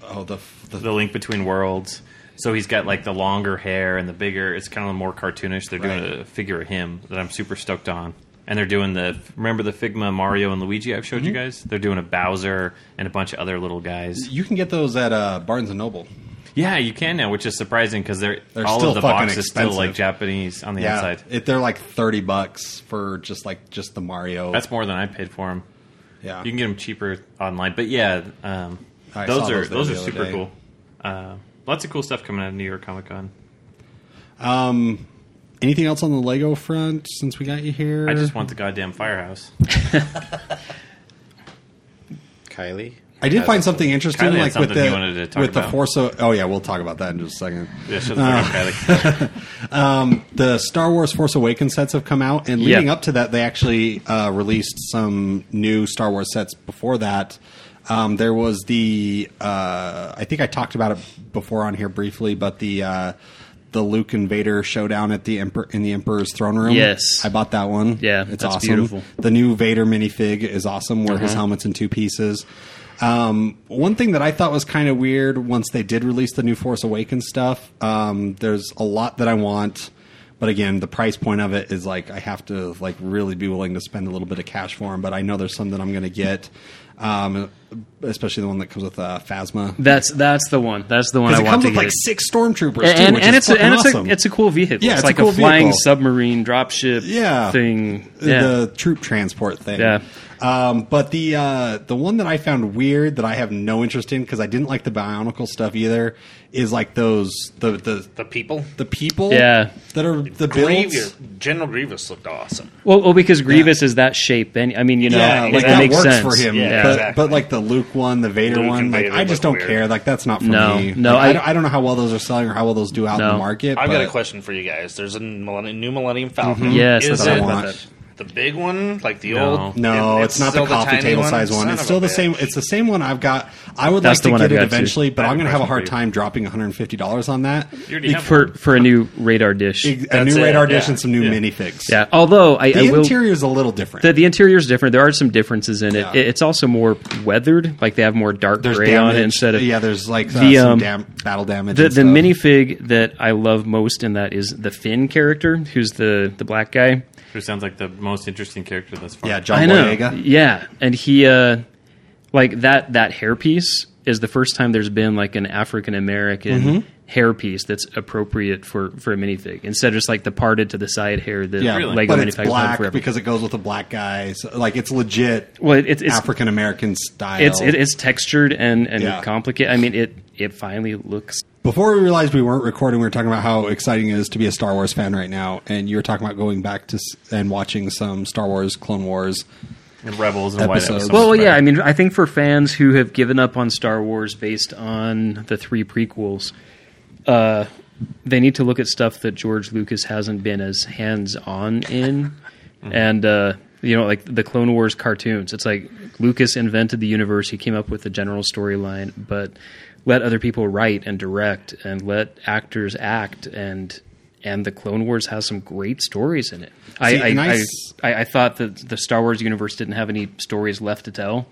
Oh, the the the link between worlds. So he's got like the longer hair and the bigger. It's kind of more cartoonish. They're doing Right. a figure of him that I'm super stoked on. and they're doing the remember the Figma Mario and Luigi I've showed you Mm-hmm. guys. They're doing a Bowser and a bunch of other little guys. You can get those at uh, Barnes and Noble. Yeah, you can now, which is surprising because they're, They're all still of the fucking box is still like expensive. Japanese on the Yeah, outside. it, they're like thirty bucks for just like just the Mario. That's more than I paid for them. yeah. You can get them cheaper online, but yeah, um, I saw those are those there those the are other super day. cool. Uh, lots of cool stuff coming out of New York Comic Con. Anything else on the Lego front since we got you here? I just want the goddamn firehouse. Kylie. I did find something interesting, Kylie had like with something the he wanted to talk with the about. Force. O- oh yeah, we'll talk about that in just a second. Yeah, shut the Ah. fuck up, Kylie. The Star Wars Force Awakens sets have come out, and leading Yeah. up to that, they actually uh, released some new Star Wars sets. Before that, um, there was the uh, I think I talked about it before on here briefly, but the uh, the Luke and Vader showdown at the Emperor in the Emperor's throne room. Yes. I bought that one. Yeah, it's that's awesome. beautiful. The new Vader minifig is awesome, where Uh-huh. his helmet's in two pieces. Um, one thing that I thought was kind of weird once they did release the new Force Awakens stuff, um, there's a lot that I want, but again, the price point of it is like I have to like really be willing to spend a little bit of cash for them. But I know there's some that I'm going to get, um, especially the one that comes with uh, Phasma. That's that's the one. That's the one I Because it want comes to with get. like six stormtroopers, and too, and, which and is it's a, and fucking it's awesome. a it's a cool vehicle. Yeah, it's, it's a like cool flying vehicle. submarine dropship Yeah. thing. Yeah. the troop transport thing. Yeah. Um, but the uh, the one that I found weird that I have no interest in because I didn't like the Bionicle stuff either is like those the the The people. the people Yeah. that are the Grievous, builds. General Grievous looked awesome. well, well, because Grievous is that shape, and I mean, you know, Yeah, it, like it that makes works sense for him. Yeah, but, exactly. but like the Luke one, the Vader Luke and one, like Vader I just don't look weird. care. Like that's not for No, me. no, Like, I, I- don't, I don't know how well those are selling or how well those do out in No. the market. I've got a but- question for you guys. There's a millennium, new Millennium Falcon. Mm-hmm. Yes, is that's what I it want. the big one, like the No. old? No, it- it's, not the still coffee tiny table size one. Son It's of still a the bitch. same. It's the same one I've got. I would That's the like one to I've get it got, too. eventually, but I have I'm a going to have a question hard for you. time dropping 150 dollars on that. You already Be- have for for a new radar dish. a That's new it, radar dish yeah. and some new Yeah. minifigs. yeah, although I, the I will. interior is a little different. The, the interior is different. There are some differences in it. Yeah. It- It's also more weathered. Like they have more dark there's gray damage on it instead of yeah. There's like uh, the, some um, dam- battle damage. the and the stuff. minifig that I love most in that is the Finn character, who's the the black guy. Who sounds like the most interesting character thus far? Yeah, John I know. Boyega. Yeah, and he uh, like that that hairpiece is the first time there's been like an African American Mm-hmm. hairpiece that's appropriate for for a minifig instead of just like the parted to the side hair that Yeah, Really? Lego but minifigs it's have black forever. because it goes with a black guy. So, like it's legit well, it, it's it's African American style. it's, it, it's textured and and Yeah. complicated. I mean, it it finally looks Before we realized we weren't recording, we were talking about how exciting it is to be a Star Wars fan right now, and you were talking about going back to s- and watching some Star Wars Clone Wars. And Rebels and why that was Episodes. so Well, much yeah, better. I mean, I think for fans who have given up on Star Wars based on the three prequels, uh, they need to look at stuff that George Lucas hasn't been as hands on in, and uh, you know, like the Clone Wars cartoons. It's like Lucas invented the universe; he came up with the general storyline, but let other people write and direct, and let actors act and. And the Clone Wars has some great stories in it. I, See, I, and I I- s- I, I thought that the Star Wars universe didn't have any stories left to tell.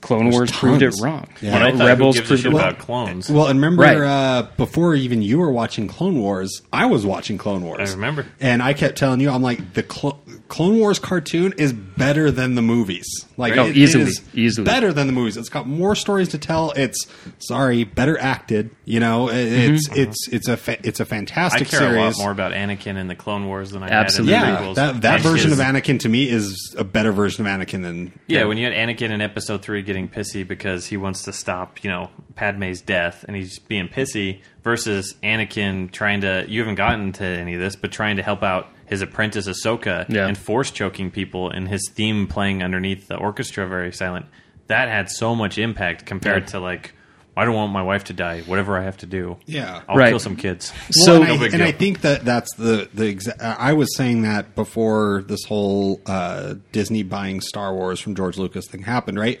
Clone Wars proved it tons. wrong. Yeah. You But know, I thought, Rebels who gives a proved shit it wrong. about clones? Well, and remember Right. uh, before even you were watching Clone Wars, I was watching Clone Wars. I remember. and I kept telling you, I'm like the Clo- Clone Wars cartoon is better than the movies. Like Oh, it- it easily, is easily. better than the movies. It's got more stories to tell. It's sorry, better acted. You know, It- it's Mm-hmm. it's it's a fa- it's a I fantastic care series. a lot more about Anakin in the Clone Wars than I Absolutely. had in the yeah, prequels. that, that And version his- of Anakin to me is a better version of Anakin than Yeah, when you had Anakin in Episode Three getting pissy because he wants to stop, you know, Padme's death, and he's being pissy versus Anakin trying to. You haven't gotten to any of this, but trying to help out his apprentice Ahsoka Yeah. and force choking people, and his theme playing underneath the orchestra very silent. That had so much impact compared Yeah. to like, I don't want my wife to die. Whatever I have to do, Yeah. I'll Right. kill some kids. well, So- and, No I, big and I deal. think that that's the the exa- I was saying that before this whole uh, Disney buying Star Wars from George Lucas thing happened, right?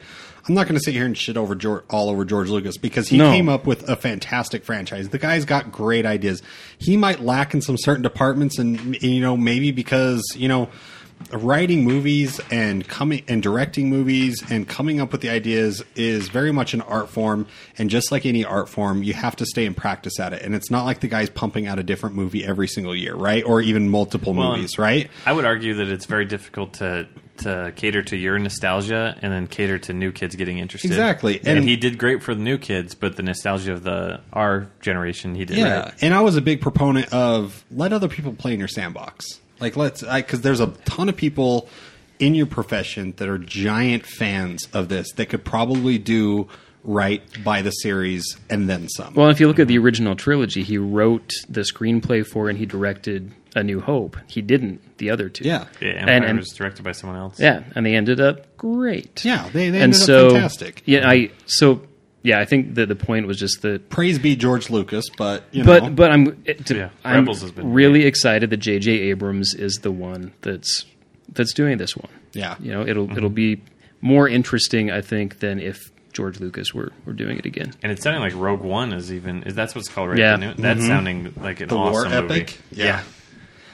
I'm not going to sit here and shit over George, all over George Lucas because he No. came up with a fantastic franchise. The guy's got great ideas. He might lack in some certain departments, and you know maybe because you know writing movies and coming and directing movies and coming up with the ideas is very much an art form and just like any art form you have to stay and practice at it and it's not like the guy's pumping out a different movie every single year right or even multiple Well, movies right I would argue that it's very difficult to to cater to your nostalgia and then cater to new kids getting interested. Exactly, And, and- he did great for the new kids, but the nostalgia of the our generation, he did. Yeah, and I was a big proponent of let other people play in your sandbox. Like let's because there's a ton of people in your profession that are giant fans of this that could probably do right by the series and then some. Well, if you look at the original trilogy, he wrote the screenplay for and he directed A New Hope. He didn't the other two. yeah, Yeah, And- Empire and- was directed by someone else. Yeah, and they ended up great. yeah, they, they and ended so up fantastic. yeah, I so yeah, I think that the point was just that Praise be George Lucas, but you but know, but I'm it- to, Yeah, I'm Rebels has been really excited that J.J. Abrams is the one that's that's doing this one. Yeah. you know Mm-hmm. it'll it'll be more interesting, I think, than if George Lucas were were doing it again. And it's sounding like Rogue One is even is that's what's called right. Yeah. The new- That's sounding like Mm-hmm. an the war awesome movie. epic. Yeah,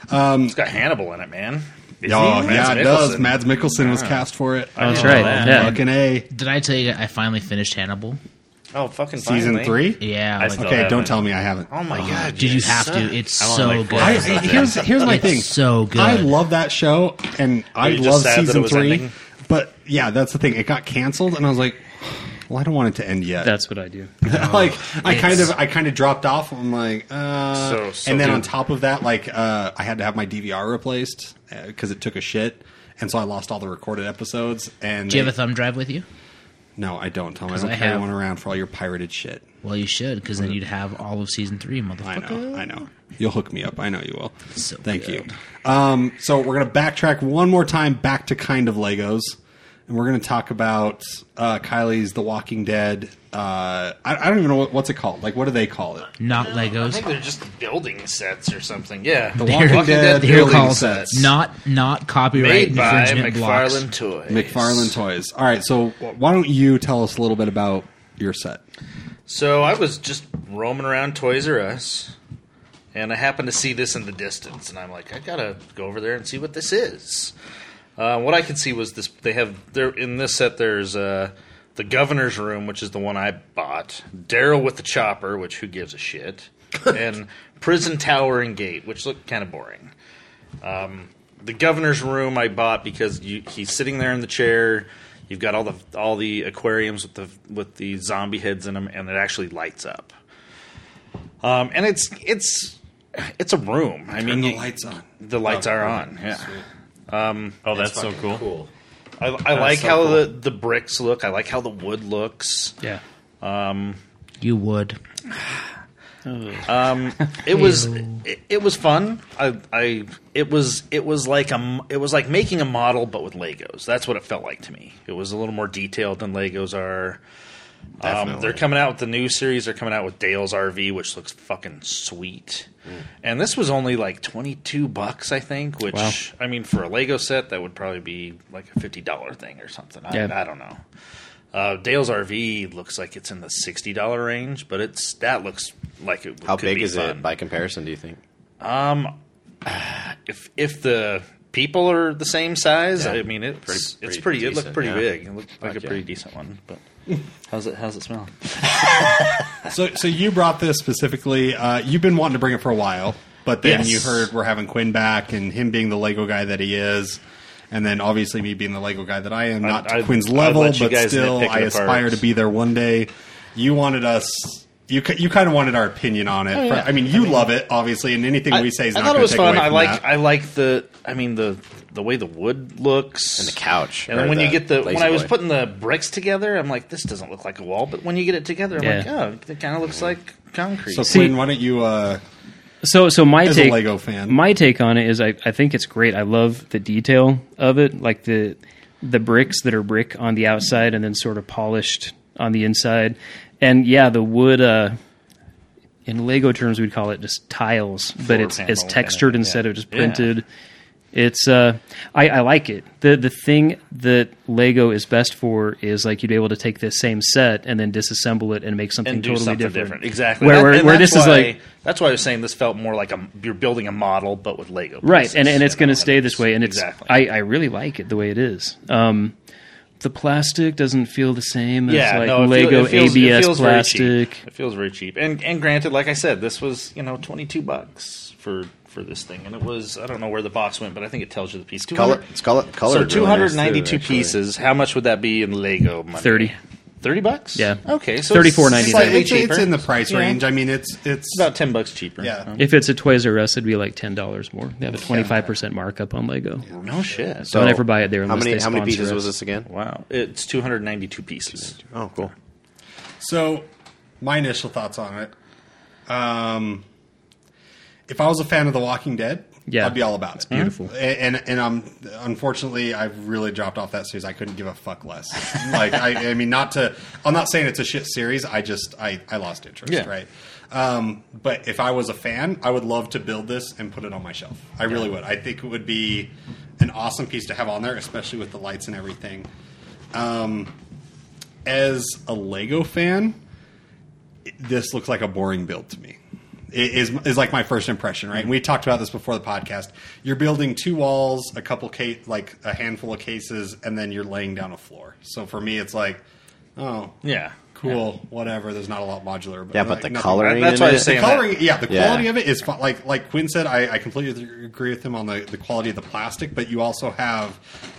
It's got Hannibal in it, man. Is oh yeah, he? Mads it does. Mikkelsen. Mads Mikkelsen was cast for it. that's know right. that. Yeah. Fucking a Did I tell you I finally finished Hannibal? Oh, fucking season finally. three. Yeah. I like- still Okay, haven't. don't tell me I haven't. Oh my god! Did you have to? It's I'm on, so like, four good. I, episodes in. here's here's my It's thing. so good. I love that show, and I you just love sad that it season was three. ending? But yeah, that's the thing. It got canceled, and I was like, "Well, I don't want it to end yet." That's what I do. *laughs* *laughs* like I kind it's- of I kind of dropped off. I'm like, uh, So- so and then on good. top of that, like uh, I had to have my DVR replaced because it took a shit, and so I lost all the recorded episodes. And Do you they- have a thumb drive with you? no, I don't. Tom, I 'Cause don't I carry have- one around for all your pirated shit. Well, you should, because then you'd have all of season three, I motherfucker. know, I know. You'll hook me up. I know you will. So Thank good. you. Um, so we're gonna backtrack one more time back to kind of Legos, and we're gonna talk about uh, Kylie's The Walking Dead. Uh, I, I don't even know what, what's it called. Like, what do they call it? Not I think Legos. they're just building sets or something. Yeah, The Walking Dead They're building called sets. Not not copyright made by infringement blocks. McFarlane Toys. McFarlane Toys. All right, so wh- why don't you tell us a little bit about your set? So I was just roaming around Toys R Us, and I happened to see this in the distance, and I'm like, I gotta go over there and see what this is. Uh, what I could see was this. They have there in this set. There's uh, the governor's room, which is the one I bought. Daryl with the chopper, which who gives a shit, and prison tower and gate, which looked kind of boring. Um, the governor's room I bought because you, he's sitting there in the chair. You've got all the all the aquariums with the with the zombie heads in them, and it actually lights up. Um, and it's it's it's a room. I mean, you- on. the lights are on. Yeah, Um, Oh, that's, so cool. I, I like so how cool. the the bricks look. I like how the wood looks. Yeah. You would. It was it, it was fun. I I it was it was like a m- it was like making a model but with Legos. That's what it felt like to me. It was a little more detailed than Legos are. Um, they're coming out with the new series. They're coming out with Dale's RV, which looks fucking sweet. Mm. And this was only like twenty two bucks, I think. Which I mean, for a Lego set, that would probably be like a fifty dollar thing or something. I, Yeah. I don't know. Uh, Dale's RV looks like it's in the sixty dollar range, but it's that looks like it. How could big be is fun it by comparison? Do you think? if if the people are the same size, Yeah. I mean it's Pretty- pretty, pretty it's pretty. it decent, looked pretty yeah. big. It looked like Fuck a yeah. pretty decent one. *laughs* But how's it how's it smell? So, so you brought this specifically. Uh, you've been wanting to bring it for a while, but then Yes. you heard we're having Quinn back, and him being the Lego guy that he is, and then obviously me being the Lego guy that I am, not to I- Quinn's I level, let you but guys still, nitpick I it apart. aspire to be there one day. You wanted us. You ki- you kind of wanted our opinion on it. I mean, you love it, obviously, and anything we say is I not thought going it to was take fun. away I from like that. I like the I mean the the way the wood looks And the couch, And or then when you the get the when Lazy I was Boy. putting the bricks together, I'm like this doesn't look like a wall. But when you get it together, I'm like Yeah. oh, it kind of looks like concrete. So, See- Quinn, why don't you? Uh, So, so my As a take, Lego fan. my take on it is, I, I think it's great. I love the detail of it, like the the bricks that are brick on the outside and then sort of polished on the inside, and yeah, the wood. Uh, in Lego terms, we'd call it just tiles, but it's panel, it's textured yeah. instead of just Yeah. printed. It's uh, I, I like it. the The thing that Lego is best for is like you'd be able to take this same set and then disassemble it and make something and do totally something different. different. Exactly. Where That- where, and where that's this is why- like that's why I was saying this felt more like a you're building a model, but with Lego. right, pieces, and and it's you going know, to stay this way. And it's exactly. I, I really like it the way it is. Um, the plastic doesn't feel the same as yeah, like no, it feel- Lego it ABS feels, it feels very cheap. plastic. It feels very cheap. And and granted, like I said, this was you know twenty two bucks for for this thing, and it was I don't know where the box went, but I think it tells you the piece. Color, 200 it's color, color. So two hundred ninety two pieces. How much would that be in Lego money? Thirty. 30 bucks. Yeah. Okay. So $34.99. it's slightly it's, it's cheaper. in the price Yeah. range. I mean, it's it's It's about ten bucks cheaper. Yeah. Um, If it's a Toys R Us, it'd be like ten dollars more. They have a twenty five percent markup on Lego. Oh, No shit. Don't ever buy it there How unless many? they How many sponsor pieces was us. this again? Wow. It's two hundred ninety two pieces. Oh, cool. So, my initial thoughts on it. Um, if I was a fan of The Walking Dead, Yeah. I'd be all about it. beautiful. And and um, unfortunately, I've really dropped off that series. I couldn't give a fuck *laughs* less. like I, I mean, not to. I'm not saying it's a shit series. I just I I lost interest. Yeah. Right. Um, but if I was a fan, I would love to build this and put it on my shelf. I really would. I think it would be an awesome piece to have on there, especially with the lights and everything. Um, as a Lego fan, this looks like a boring build to me. It Is is like my first impression, Mm-hmm. right? And we talked about this before the podcast. You're building two walls, a couple ca- like a handful of cases, and then you're laying down a floor. So for me, it's like, oh, Yeah. cool, whatever. There's not a lot modular, but Yeah, like, but the nothing- coloring. That's in why I it- was saying the coloring, that. yeah, the Yeah. quality of it is fun. like like Quinn said. I, I completely agree with him on the, the quality of the plastic, but you also have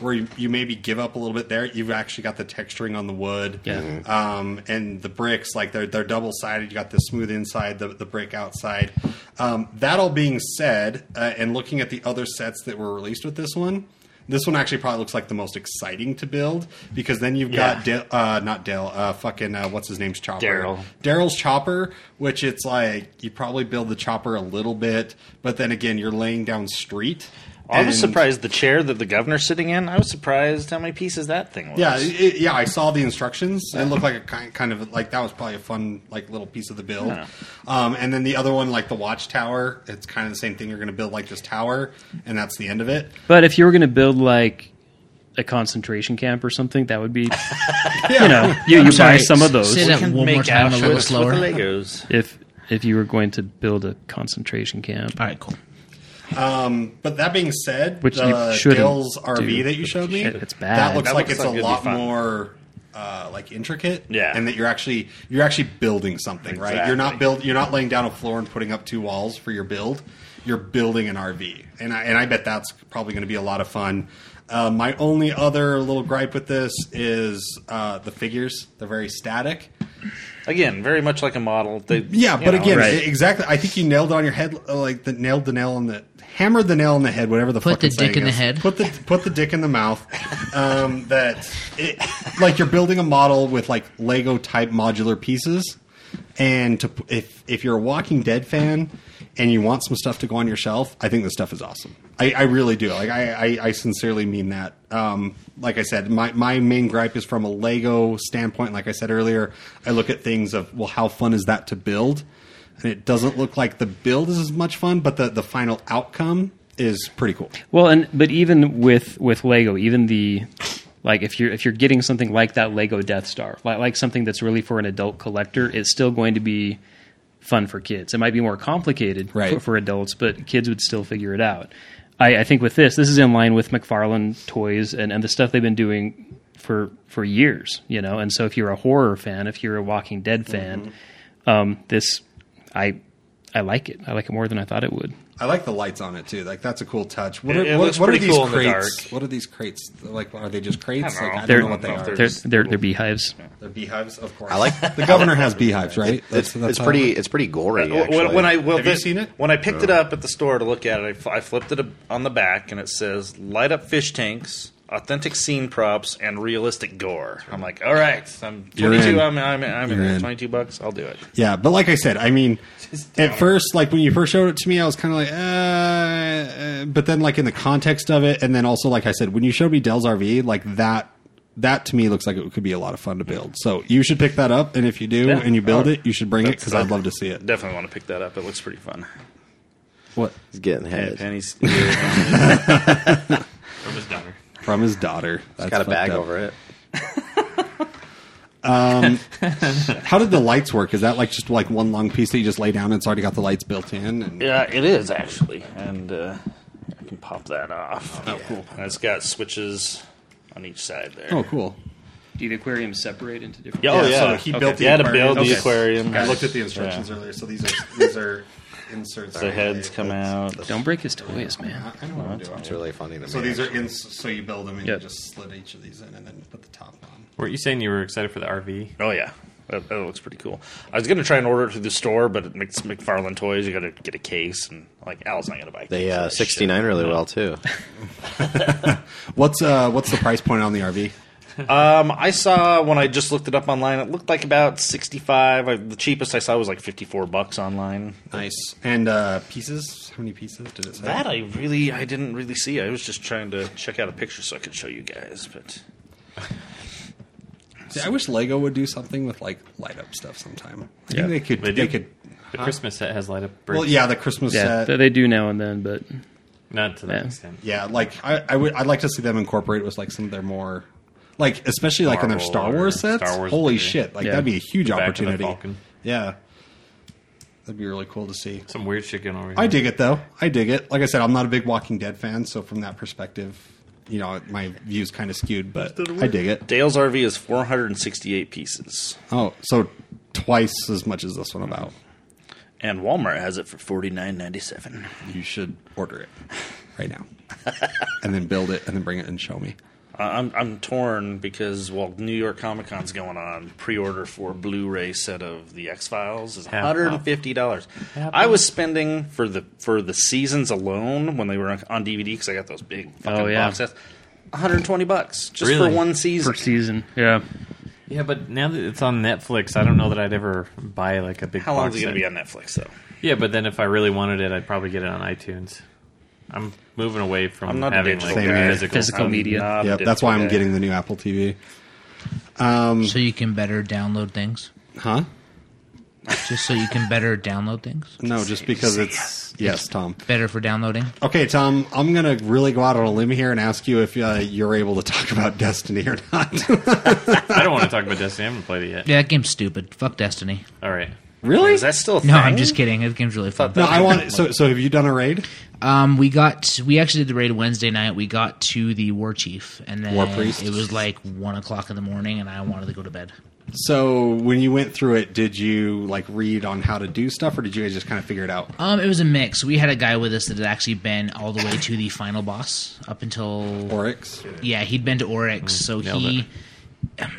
where you, you maybe give up a little bit there. You've actually got the texturing on the wood, Yeah. Mhm. um, and the bricks like they're they're double sided. You got the smooth inside, the the brick outside. Um, that all being said, uh, and looking at the other sets that were released with this one. This one actually probably looks like the most exciting to build because then you've got Yeah. Dale, uh, not Dale, uh, fucking uh, what's his name's chopper, Daryl. Daryl's chopper, which it's like you probably build the chopper a little bit, but then again, you're laying down street. I was And- surprised the chair that the governor's sitting in. I was surprised how many pieces that thing was. Yeah, it, it- yeah. I saw the instructions. It looked like a kind, kind of like that was probably a fun like little piece of the build. Um, and then the other one, like the watchtower, it's kind of the same thing. You're going to build like this tower, and that's the end of it. But if you were going to build like a concentration camp or something, that would *laughs* be you know you, you buy sorry, some of those. say that one more time, a little Auschwitz slower. With the Legos. If if you were going to build a concentration camp, All right, cool. But that being said, Which the you shouldn't Dale's do, RV that you but showed me, shit, it's bad. That looks That like looks it's like a it'd be lot fun. more uh, like intricate, Yeah. and that you're actually you're actually building something, right? You're not Exactly. build you're not laying down a floor and putting up two walls for your build. You're building an RV, and I and I bet that's probably going to be a lot of fun. Uh, my only other little gripe with this is uh, the figures; they're very static. Again, very much like a model. They, Yeah, you but know, again, right. e- exactly. I think you nailed it on your head, uh, like the nailed the nail on the hammered the nail on the head, whatever the Put fucking the dick saying in the is. head. Put the put the dick in the mouth. *laughs* Um, that it, like you're building a model with like Lego type modular pieces, and to, p- if if you're a Walking Dead fan and you want some stuff to go on your shelf, I think this stuff is awesome. I, I really do. Like I, I, I sincerely mean that. Um, like I said, my, my main gripe is from a Lego standpoint. Like I said earlier, I look at things of well, how fun is that to build? And it doesn't look like the build is as much fun, but the, the final outcome is pretty cool. Well, and but even with with Lego, even the like if you're if you're getting something like that Lego Death Star, like like something that's really for an adult collector, it's still going to be fun for kids. It might be more complicated Right. for, for adults, but kids would still figure it out. I, I think with this, this is in line with McFarlane toys and, and the stuff they've been doing for for years, you know. And so if you're a horror fan, if you're a Walking Dead fan, Mm-hmm. um, this I I like it. I like it more than I thought it would. I like the lights on it too. Like that's a cool touch. What It- are, it what, looks what are pretty these cool in the crates? dark. What are these crates? Like are they just crates? I don't like, I know. don't know what they They're- are. They're they're, they're beehives. The beehives, of course. I like- the governor has beehives, right? It's, it's how- pretty. It's pretty gory. Well, actually. When, when I well, Have you the- seen it? Oh. When I picked it up at the store to look at it, I, fl- I flipped it up on the back, and it says "Light up fish tanks, authentic scene props, and realistic gore." I'm like, all right, I'm You're 22. in. I'm I'm, I'm in. You're in. 22 bucks. I'll do it. Yeah, but like I said, I *laughs* mean, Just at don't. first, like when you first showed it to me, I was kind of like, uh, uh, but then like in the context of it, and then also like I said, when you showed me Dell's RV, like that. That to me looks like it could be a lot of fun to build. So you should pick that up, and if you do, Yeah. and you build Oh. it, you should bring it That's- because I'd love to see it. Definitely want to pick that up. It looks pretty fun. What? He's getting And head. *laughs* Penny's From his daughter. From his daughter. That's Got a fucked bag up. over it. How did the lights work? Is that like just like one long piece that you just lay down and it's already got the lights built in? And Yeah, it is actually, and uh, I can pop that off. Oh, cool. And it's got switches on each side there. Oh, cool. Do the aquariums separate into different? Yeah, oh, yeah. So he Okay. built the you had to aquarium. build the Okay. aquarium. I looked at the instructions earlier, so these are these are inserts. The heads come out. Don't break his toys, man. I know what I'm doing. It's really funny to me. So these are in. So you build them and Yep. you just slit each of these in and then put the top on. Weren't you saying you were excited for the RV? Oh yeah, that, that looks pretty cool. I was gonna try and order it through the store, but it makes McFarlane Toys. You gotta get a case, and like Al's not gonna buy. a They case for uh, this shit. 69 really well, too. What's uh What's the price point on the RV? Um, I saw when I just looked it up online. It looked like about sixty five. I, the cheapest I saw was like fifty four bucks online. Nice and uh pieces. How many pieces did it say? That I really, I didn't really see. I was just trying to check out a picture so I could show you guys, but See, I wish Lego would do something with like light up stuff sometime. I Yeah. think they could. They They, do. could. The Christmas set has light up bricks. Well, yeah, the Christmas Yeah, set. th- they do now and then, but Not to that Yeah. extent. Yeah, like I, I would, I'd like to see them incorporate with like some of their more, like especially like in their Marvel Star or Wars sets. Star Wars Holy movie. shit! Like Yeah. that'd be a huge Back to the opportunity. Falcon. Yeah, that'd be really cool to see. Some weird shit going on over here. I dig it though. I dig it. Like I said, I'm not a big Walking Dead fan, so from that perspective, you know, my view's kind of skewed, but I dig it. Dale's RV is four hundred and sixty eight pieces, Oh, so twice as much as this one about. and Walmart has it for forty nine ninety seven. You should order it right now, *laughs* and then build it, and then bring it and show me. I'm I'm torn because while New York Comic Con's going on, pre-order for a Blu-ray set of the X Files is Half hundred and fifty dollars. I was spending for the for the seasons alone when they were on- on DVD because I got those big fucking Oh, yeah. box sets. One hundred twenty bucks just Really? for one season. per season, yeah. Yeah, but now that it's on Netflix, I don't know that I'd ever buy like a big. How long is box it going set. to be on Netflix though? Yeah, but then if I really wanted it, I'd probably get it on iTunes. I'm moving away from I'm not a having digital like guy. physical. Physical I'm- media. Not Yep, that's why I'm digital. getting the new Apple TV. so you can better download things. Huh? Just so you can better download things. No, just because it's yes, Tom. Better for downloading. Okay, Tom, um, I'm gonna really go out on a limb here and ask you if uh, you're able to talk about Destiny or not. *laughs* I don't want to talk about Destiny. I haven't played it yet. Yeah, that game's stupid. Fuck Destiny. All right. really? Is that still a No, thing? I'm just kidding. That game's really fun. No, I want. *laughs* So, so have you done a raid? Um, we got we actually did the raid Wednesday night. We got to the war chief, and then War priest? it was like one o'clock in the morning, and I wanted to go to bed. So, when you went through it, did you like read on how to do stuff, or did you guys just kind of figure it out? Um, it was a mix. We had a guy with us that had actually been all the way to the final boss up until Oryx. yeah, he'd been to Oryx, so nailed he. um,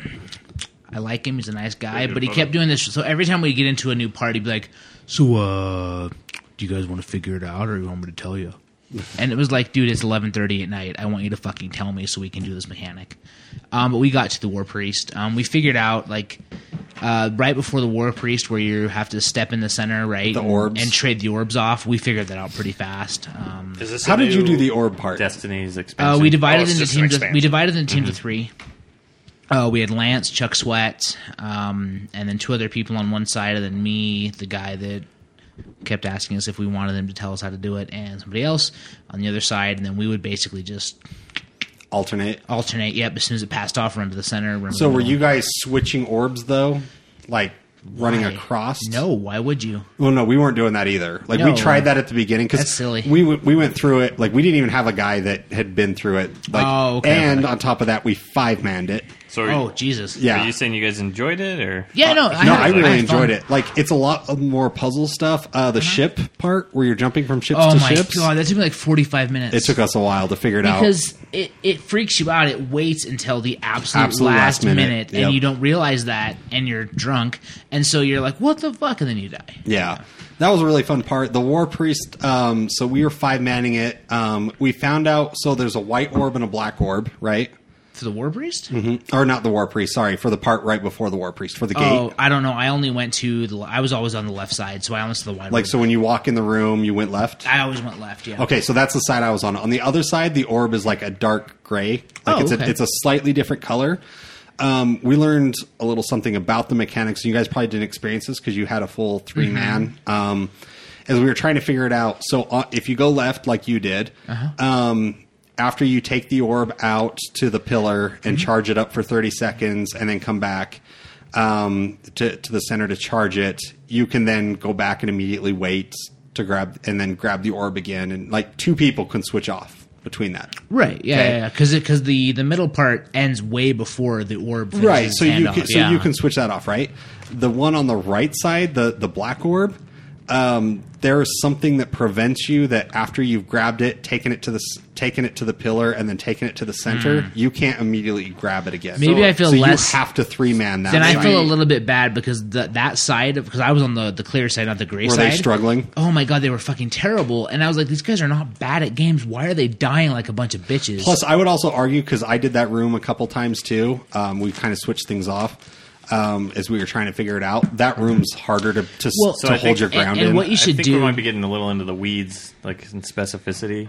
it. I like him. He's a nice guy, but he kept doing this. So every time we get into a new party, he'd be like, "So, uh, do you guys want to figure it out, or you want me to tell you?" and it was like, "Dude, it's eleven thirty at night. I want you to fucking tell me so we can do this mechanic." Um, but we got to the war priest. Um, we figured out like uh, right before the war priest, where you have to step in the center, right, The orbs. and trade the orbs off. We figured that out pretty fast. Um, Is this How a did you new- do the orb part? Destiny's uh, expansion. we Oh, divided it's into just an teams. Of, we expansion. divided into teams of three. Uh, we had Lance, Chuck Sweat, um, and then two other people on one side, and then me, the guy that kept asking us if we wanted them to tell us how to do it, and somebody else on the other side, and then we would basically just Alternate. alternate. Yep, as soon as it passed off, run to the center. Run to So, the were middle. you guys switching orbs though, like running Why? across? No, why would you? Well, no, we weren't doing that either. Like No. we tried that at the beginning because That's silly. We w- we went through it. Like we didn't even have a guy that had been through it. Like, Oh, okay, And okay. on top of that, we five manned it. So are, Oh oh, Jesus! Yeah. are you saying you guys enjoyed it or? yeah. No, I, Uh, no, had- I really had fun. enjoyed it. Like it's a lot of more puzzle stuff. Uh, the ship part where you're jumping from ships Oh to my ships. god, that took me like forty-five minutes. It took us a while to figure it out. because it, it freaks you out. It waits until the absolute, last, minute, yep. and you don't realize that, and you're drunk, and so you're like, "What the fuck?" and then you die. Yeah. That was a really fun part. The War Priest, um, so we were five manning it. Um, we found out, so there's a white orb and a black orb, right? For the war priest? Or not the War Priest, sorry, for the part right before the War Priest, for the gate. Oh, I don't know. I only went to the. I was always on the left side, so I almost the wide. Like, room. so when you walk in the room, you went left? I always went left. Yeah. Okay, so that's the side I was on. On the other side, the orb is like a dark gray. Like Oh, it's, a, okay. it's a slightly different color. Um, we learned a Mm-hmm. little something about the mechanics. You guys probably didn't experience this because you had a full three man. Um, as we were trying to figure it out. So uh, if you go left, like you did, Uh-huh. um, after you take the orb out to the pillar Mm-hmm. and charge it up for 30 seconds and then come back um, to, to the center to charge it, you can then go back and immediately wait to grab and then grab the orb again. And like two people can switch off between that. Right. Yeah. Okay. Yeah. Because because the the middle part ends way before the orb. finishes right its so you handoff. can, so Yeah. you can switch that off right the one on the right side the the black orb um, there is something that prevents you that after you've grabbed it taken it to the s- taken it to the pillar and then taken it to the center you can't immediately grab it again Hmm. Maybe I feel so less- you have to three man that Then I side. feel a little bit bad because the, that side because I was on the the clear side, not the gray Were side. they struggling? Oh my god, they were fucking terrible. And I was like, these guys are not bad at games. Why are they dying like a bunch of bitches? Plus, I would also argue because I did that room a couple times too. Um, we kind of switched things off um, as we were trying to figure it out. That room's harder to to, s- Well, to So I hold think- your and- ground and in. what you I should think do- we might be getting a little into the weeds, like in specificity.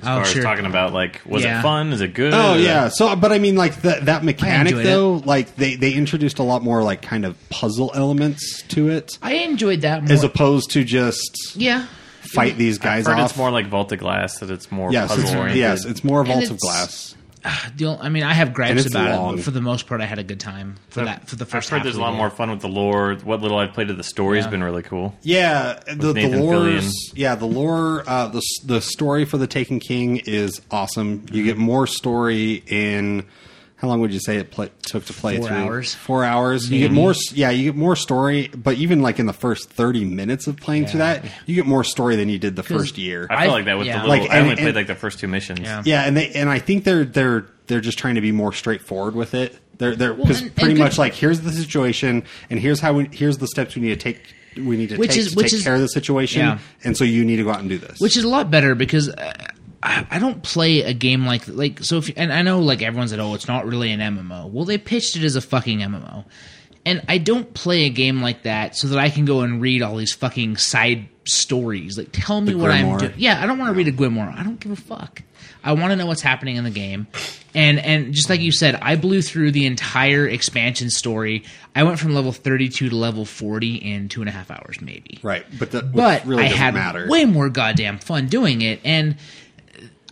As Oh, far sure. as talking about like, was Yeah. it fun? Is it good? Oh yeah. So, but I mean, like that that mechanic enjoyed though, like they they introduced a lot more like kind of puzzle elements to it, I enjoyed that more. as opposed to just yeah. fight these guys I've heard off. it's more like Vault of Glass that it's more yes, puzzle it's, oriented. yes, it's more vault of it's- glass. The only- I mean, I have And gripes it's about it, long. but for the most part, I had a good time for that for the 1st I've heard half there's a of lot the more game. fun with the lore. What little I've played of the story Yeah. has been really cool. Yeah, the, the Nathan lore. Fillion. Yeah, the lore. Uh, the s- the story for the Taken King is awesome. You get more story in. How long would you say it pla took to play Four through? hours. Four hours. You get more. s- Yeah, you get more story. But even like in the first thirty minutes of playing through Yeah. that, you get more story than you did the 'Cause first year. I feel I- like that with yeah. the little. Like, I and- only played and- like the first two missions. Yeah. Yeah, and they and I think they're they're they're just trying to be more straightforward with it. They're they're because and- and pretty good- much like here's the situation and here's how we here's the steps we need to take we need to Which take is- to which take is- care of the situation yeah. and so you need to go out and do this. which is a lot better because uh, I, I don't play a game like like so. If and I know like everyone's like, oh, it's not really an MMO. Well, they pitched it as a fucking MMO, and I don't play a game like that so that I can go and read all these fucking side stories. Like, tell me The what I'm grimoire. doing. Yeah, I don't want to read a grimoire. I don't give a fuck. I want to know what's happening in the game. And and just like you said, I blew through the entire expansion story. I went from level 32 to level 40 in two and a half hours, maybe right, but that but which really I doesn't had matter. way more goddamn fun doing it, and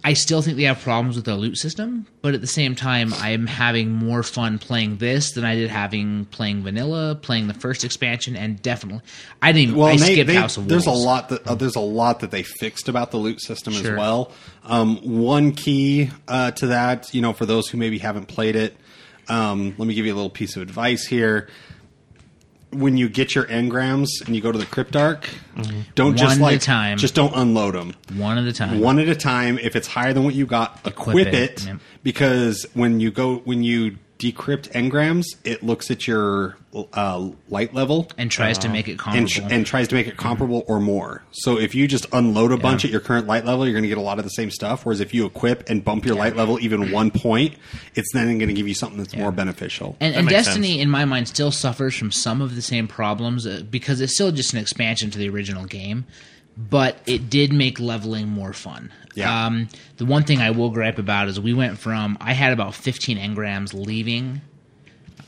I still think they have problems with their loot system. But at the same time, I'm having more fun playing this than I did having playing vanilla, playing the first expansion, and definitely I didn't. Even, well, I and they- skipped they- House of there's a Wolves. lot that uh, there's a lot that they fixed about the loot system Sure. as well. Um, one key uh, to that, you know, for those who maybe haven't played it, um, let me give you a little piece of advice here. When you get your engrams and you go to the cryptarch, don't One at just a like time. just don't unload them. One at a time. One at a time. If it's higher than what you got, equip, it. it, Yep. because when you go when you decrypt engrams, it looks at your uh, light level Uh, and tries to make it and, comparable. tr- and tries to make it comparable or more. So if you just unload a bunch Yeah. at your current light level, you're going to get a lot of the same stuff. Whereas if you equip and bump your light level even one point, it's then going to give you something that's more beneficial. And, and makes Destiny, sense. in my mind, still suffers from some of the same problems uh, because it's still just an expansion to the original game, but it did make leveling more fun. Yeah. Um, the one thing I will gripe about is we went from I had about 15 engrams leaving,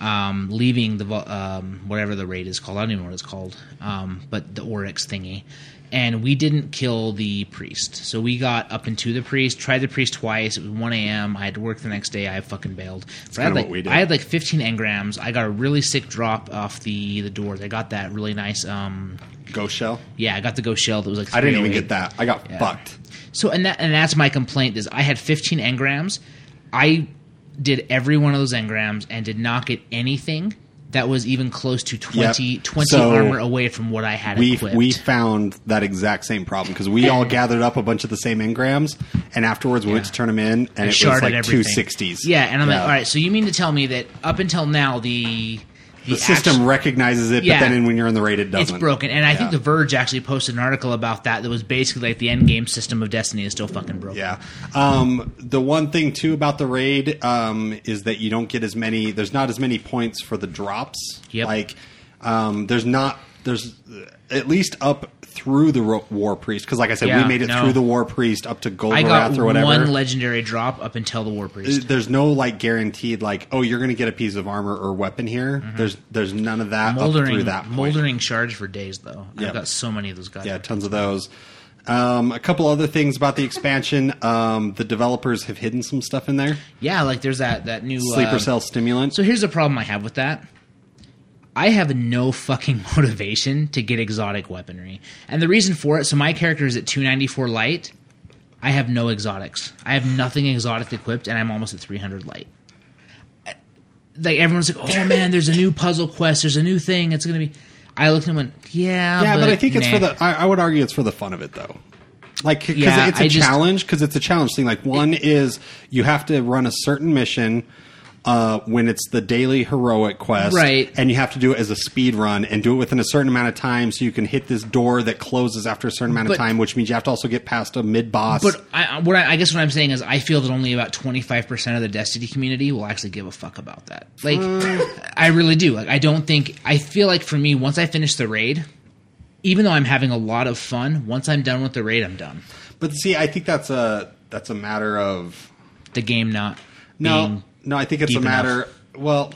um, leaving the vo- um, whatever the raid is called. I don't even know what it's called, um, but the Oryx thingy. And we didn't kill the priest, so we got up into the priest. Tried the priest twice. It was 1 a.m. I had to work the next day. I fucking bailed. But I had kinda like what we did. I had like 15 engrams. I got a really sick drop off the the doors. I got that really nice. um Ghost shell. Yeah, I got the ghost shell that was like. I didn't even 308. get that. I got fucked. So and that and that's my complaint is I had 15 engrams. I did every one of those engrams and did not get anything that was even close to 20, Yep. 20 So, armor away from what I had We equipped. we found that exact same problem because we *laughs* all gathered up a bunch of the same engrams, and afterwards we went to turn them in, and it sharded was like two everything. sixties. Yeah, and I'm like, all right. So you mean to tell me that up until now the The system act- recognizes it, Yeah. but then when you're in the raid, it doesn't. it's broken, and I think Yeah. The Verge actually posted an article about that that was basically like the end game system of Destiny is still fucking broken. Yeah. Um, the one thing too about the raid um, is that you don't get as many. There's not as many points for the drops. Yep. Like, um, there's not. there's at least up through the ro- war priest because like I said, Yeah, we made it no. through the war priest up to I got Golgorath or whatever. one legendary drop up until the War Priest. there's no like guaranteed like oh you're gonna get a piece of armor or weapon here. There's there's none of that up through Mm-hmm. Moldering, that point. moldering shards for days though. Yeah. I've got so many of those guys. Yeah, tons of those. Um, a couple other things about the expansion. Um, the developers have hidden some stuff in there. Yeah, like there's that that new Sleeper uh, cell stimulant. So here's the problem I have with that. I have no fucking *laughs* motivation to get exotic weaponry. And the reason for it, so my character is at 294 light. I have no exotics. I have nothing exotic equipped, and I'm almost at 300 light. I- Like everyone's like, "Oh man, there's a new puzzle quest. There's a new thing. It's gonna be." I looked and went, "Yeah, yeah, but, I think it's nah." for the. I, I would argue it's for the fun of it though. Like because Yeah, it's a I just- challenge. Because it's a challenge thing. Like one is you have to run a certain mission. Uh, when it's the daily heroic quest, Right. And you have to do it as a speed run and do it within a certain amount of time, so you can hit this door that closes after a certain amount of But- time, which means you have to also get past a mid boss. But I, what I, I guess what I'm saying is, I feel that only about 25 percent of the Destiny community will actually give a fuck about that. Like, Mm. I really do. Like, I don't think. I feel like for me, once I finish the raid, even though I'm having a lot of fun, once I'm done with the raid, I'm done. But see, I think that's a that's a matter of The game not. no, being- no. I think it's a deep enough. matter well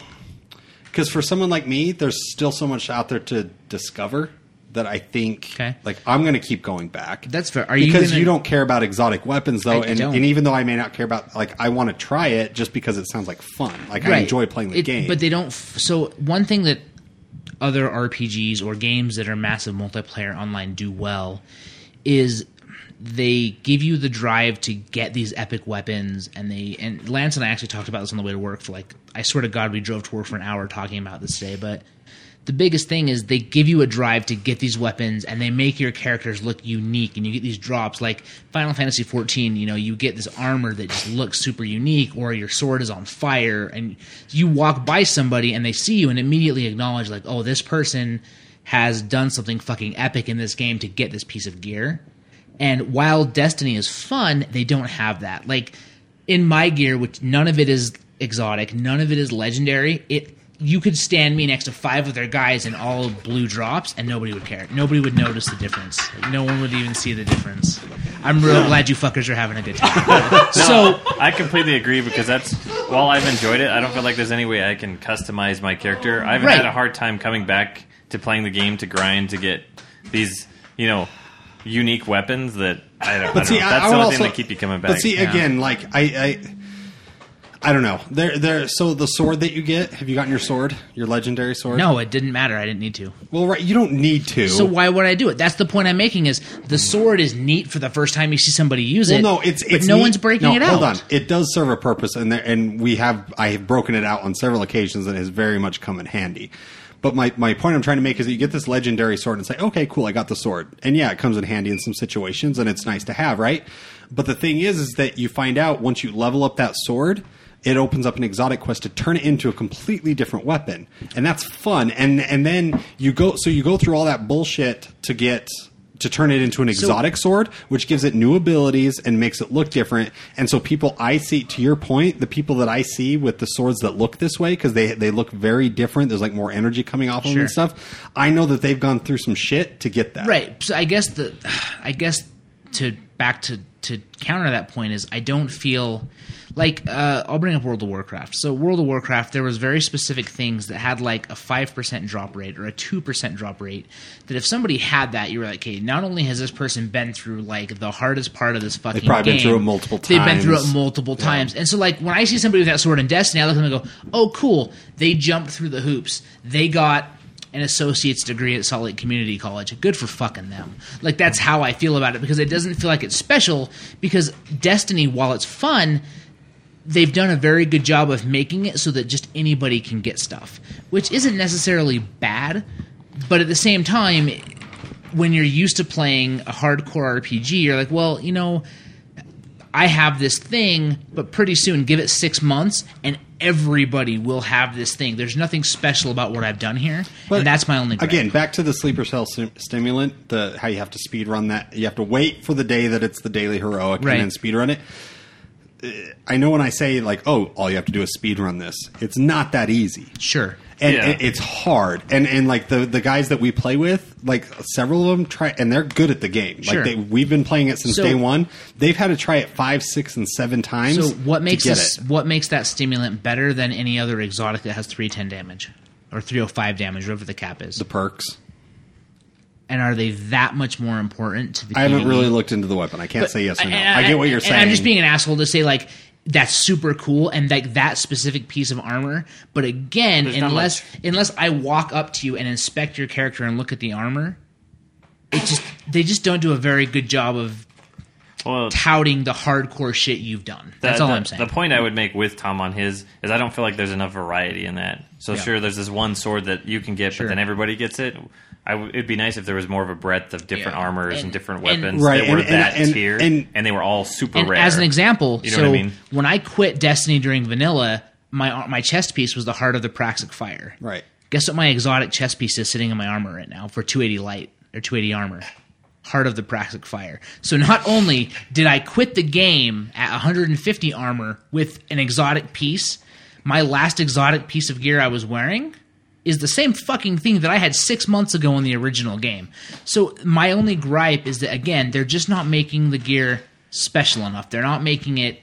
because for someone like me, there's still so much out there to discover that I think Okay. like I'm going to keep going back. That's fair. Are you because gonna- you don't care about exotic weapons though, I and, don't. and even though I may not care about like I want to try it just because it sounds like fun. Like I Right. enjoy playing the It- game. But they don't. F- so one thing that other RPGs or games that are massive multiplayer online do well is they give you the drive to get these epic weapons and they and Lance and I actually talked about this on the way to work for like I swear to God we drove to work for an hour talking about this today but the biggest thing is they give you a drive to get these weapons and they make your characters look unique and you get these drops like Final Fantasy 14 you know you get this armor that just looks super unique or your sword is on fire and you walk by somebody and they see you and immediately acknowledge like oh this person has done something fucking epic in this game to get this piece of gear and while Destiny is fun, they don't have that. Like in my gear, which none of it is exotic, none of it is legendary. It you could stand me next to five other guys in all blue drops, and nobody would care. Nobody would notice the difference. Like, no one would even see the difference. I'm real glad you fuckers are having a good time. so Oh, I completely agree because that's while I've enjoyed it, I don't feel like there's any way I can customize my character. I've Right. had a hard time coming back to playing the game to grind to get these, you know, unique weapons that I don't. I don't But see, know. I- That's I the would only also- thing that keep you coming back. But see, yeah. again, like I, I, I don't know. There, there. So the sword that you get, have you gotten your sword, your legendary sword? no, it didn't matter. I didn't need to. Well, right. You don't need to. So why would I do it? That's the point I'm making. Is the sword is neat for the first time you see somebody use Well, it? no, it's but it's no neat- one's breaking no, it out. Hold on, it does serve a purpose, and there, and we have I have broken it out on several occasions, and it has very much come in handy. But my, my point I'm trying to make is that you get this legendary sword and say, okay, cool, I got the sword, and yeah, it comes in handy in some situations, and it's nice to have, right? But the thing is, is that you find out once you level up that sword. It opens up an exotic quest to turn it into a completely different weapon, and that's fun. And and then you go, so you go through all that bullshit to get to turn it into an exotic sword, which gives it new abilities and makes it look different. And so people I see, to your point, the people that I see with the swords that look this way because they they look very different. There's like more energy coming off of them Sure. and stuff. I know that they've gone through some shit to get that. Right. So I guess the, I guess to back to to counter that point is I don't feel like uh, I'll bring up World of Warcraft. So World of Warcraft, there was very specific things that had like a five percent drop rate or a two percent drop rate. That if somebody had that, you were like, okay, not only has this person been through like the hardest part of this fucking, probably been game, through it multiple They've been through times. it multiple times, and so like when I see somebody with that sword in Destiny, I look at them and go, oh cool, they jumped through the hoops. They got an associate's degree at Salt Lake Community College. Good for fucking them. Like that's how I feel about it because it doesn't feel like it's special because Destiny while it's fun, they've done a very good job of making it so that just anybody can get stuff, which isn't necessarily bad, but at the same time when you're used to playing a hardcore RPG, you're like, well, you know, I have this thing, but pretty soon, give it six months, and everybody will have this thing. There's nothing special about what I've done here, and that's my only. gripe. Again, back to the sleeper cell sim- stimulant, the how you have to speed run that. You have to wait for the day that it's the daily heroic Right. and then speed run it. Uh, I know when I say like, "Oh, all you have to do is speed run this." It's not that easy. sure, and Yeah. it- it's hard. And and like the the guys that we play with, like several of them try, and they're good at the game. Sure. Like they, we've been playing it since So- day one. They've had to try it five, six, and seven times. So what makes to get this, it. what makes that stimulant better than any other exotic that has three ten damage or three hundred five damage, whatever the cap is? the perks? And are they that much more important to the? I haven't PvE? really looked into the weapon. I can't say yes or no. I, get what you're and saying. I'm just being an asshole to say like that's super cool and like that specific piece of armor. But again, not unless unless I walk up to you and inspect your character and look at the armor, it just they just don't do a very good job of Well, touting the hardcore shit you've done. the- That's all the- I'm saying. The point I would make with Tom on his is I don't feel like there's enough variety in that. So Yeah. sure, there's this one sword that you can get, Sure. but then everybody gets it. I w- it'd be nice if there was more of a breadth of different Yeah. armors and, And- different and- weapons Right, that were and- and- that and- tier, and- and, they were all super and rare. as an example, You know so what I mean? when I quit Destiny during Vanilla, my my chest piece was the Heart of the Praxic Fire. right. Guess what? My exotic chest piece is sitting in my armor right now for 280 light or 280 armor. Heart of the Praxic Fire. So not only did I quit the game at 150 armor with an exotic piece, my last exotic piece of gear I was wearing is the same fucking thing that I had six months ago in the original game. So my only gripe is that again, they're just not making the gear special enough. They're not making it.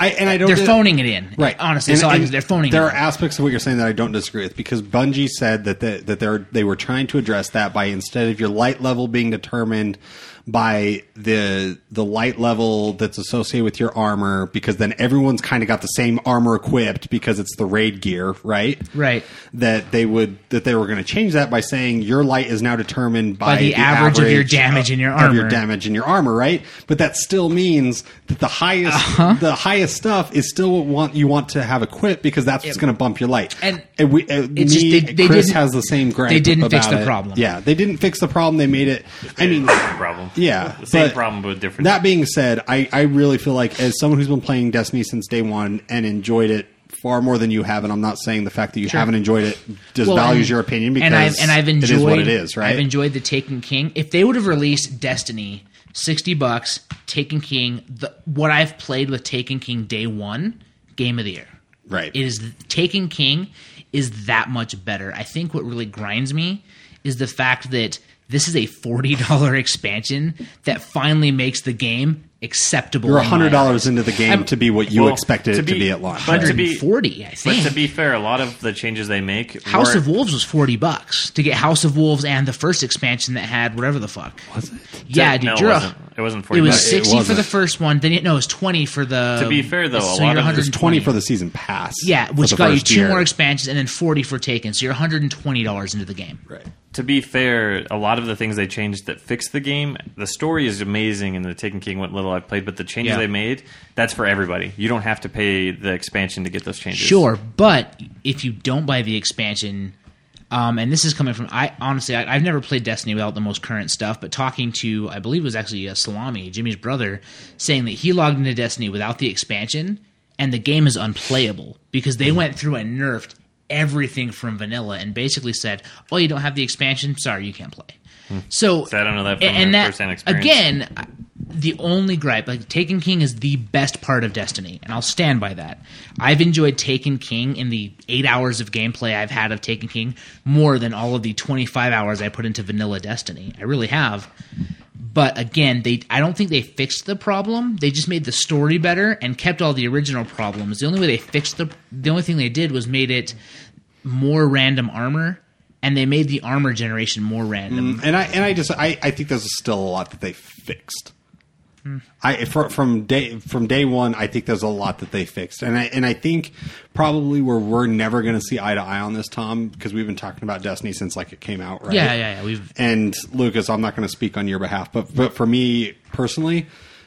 I and I don't. They're di- phoning it in. Right. Honestly, And- that's all I and can- they're phoning. There it are in. aspects of what you're saying that I don't disagree with because Bungie said that the, that they're, they were trying to address that by instead of your light level being determined by the the light level that's associated with your armor because then everyone's kind of got the same armor equipped because it's the raid gear, right? Right. That they would that they were going to change that by saying your light is now determined by, By the average of your damage in your uh, of your armor. damage in your armor, right? But that still means that the highest Uh-huh. the highest stuff is still what want you want to have equipped because that's what's going to bump your light. And we, uh, me, it's just they- they Chris didn't- has the same gripe. they didn't fix about the it. problem. Yeah, they didn't fix the problem. They made it. I mean, problem. yeah, the *laughs* same but- problem but different. that being said, I, I really feel like as someone who's been playing Destiny since day one and enjoyed it far more than you have, and I'm not saying the fact that you haven't enjoyed it disvalues Well, and- your opinion because and I've, and I've enjoyed it is what it is, right? I've enjoyed the Taken King. If they would have released Destiny, sixty bucks, Taken King, the, what I've played with Taken King day one, game of the year. right. It is Taken King is that much better. I think what really grinds me is the fact that this is a forty dollar expansion that finally makes the game acceptable. You're in my hundred dollars eyes. into the game I'm- to be what you Well, expected to it to be- be at launch. but to be- 140, I but think. to be fair, a lot of the changes they make House weren't- of Wolves was forty bucks to get House of Wolves and the first expansion that had whatever the fuck. Was it? Yeah, dude. No, it you're a- wasn't. It wasn't it forty. was bucks. It sixty for wasn't. the first one. Then it, no, it was twenty for the. To be fair, though, a so lot you're of it was Twenty 120. for the season pass. Yeah, for which the got you first two year. more expansions and then forty for Taken. So you're one hundred and twenty dollars into the game. Right. to be fair, a lot of the things they changed that fixed the game, the story is amazing in the Taken King. What little I've played, but the changes Yeah. they made, that's for everybody. You don't have to pay the expansion to get those changes. Sure, but if you don't buy the expansion, um, and this is coming from I honestly I, I've never played Destiny without the most current stuff. But talking to I believe it was actually uh, Salami Jimmy's brother saying that he logged into Destiny without the expansion and the game is unplayable because they went through and nerfed everything from vanilla and basically said, "Oh, you don't have the expansion. Sorry, you can't play." So, I don't know that from and their that firsthand experience. again, I- the only gripe, like Taken King, is the best part of Destiny, and I'll stand by that. I've enjoyed Taken King in the eight hours of gameplay I've had of Taken King more than all of the twenty-five hours I put into Vanilla Destiny. I really have. But again, they I don't think they fixed the problem. They just made the story better and kept all the original problems. The only way they fixed the the only thing they did was made it more random armor and they made the armor generation more random. And I and I just I, I think there's still a lot that they fixed. I from, from day from day one, I think there's a lot that they fixed, and I and I think probably where we're never going to see eye to eye on this, Tom, because we've been talking about Destiny since like it came out, right? Yeah, yeah, yeah. We've and Lucas, I'm not going to speak on your behalf, but but for me personally,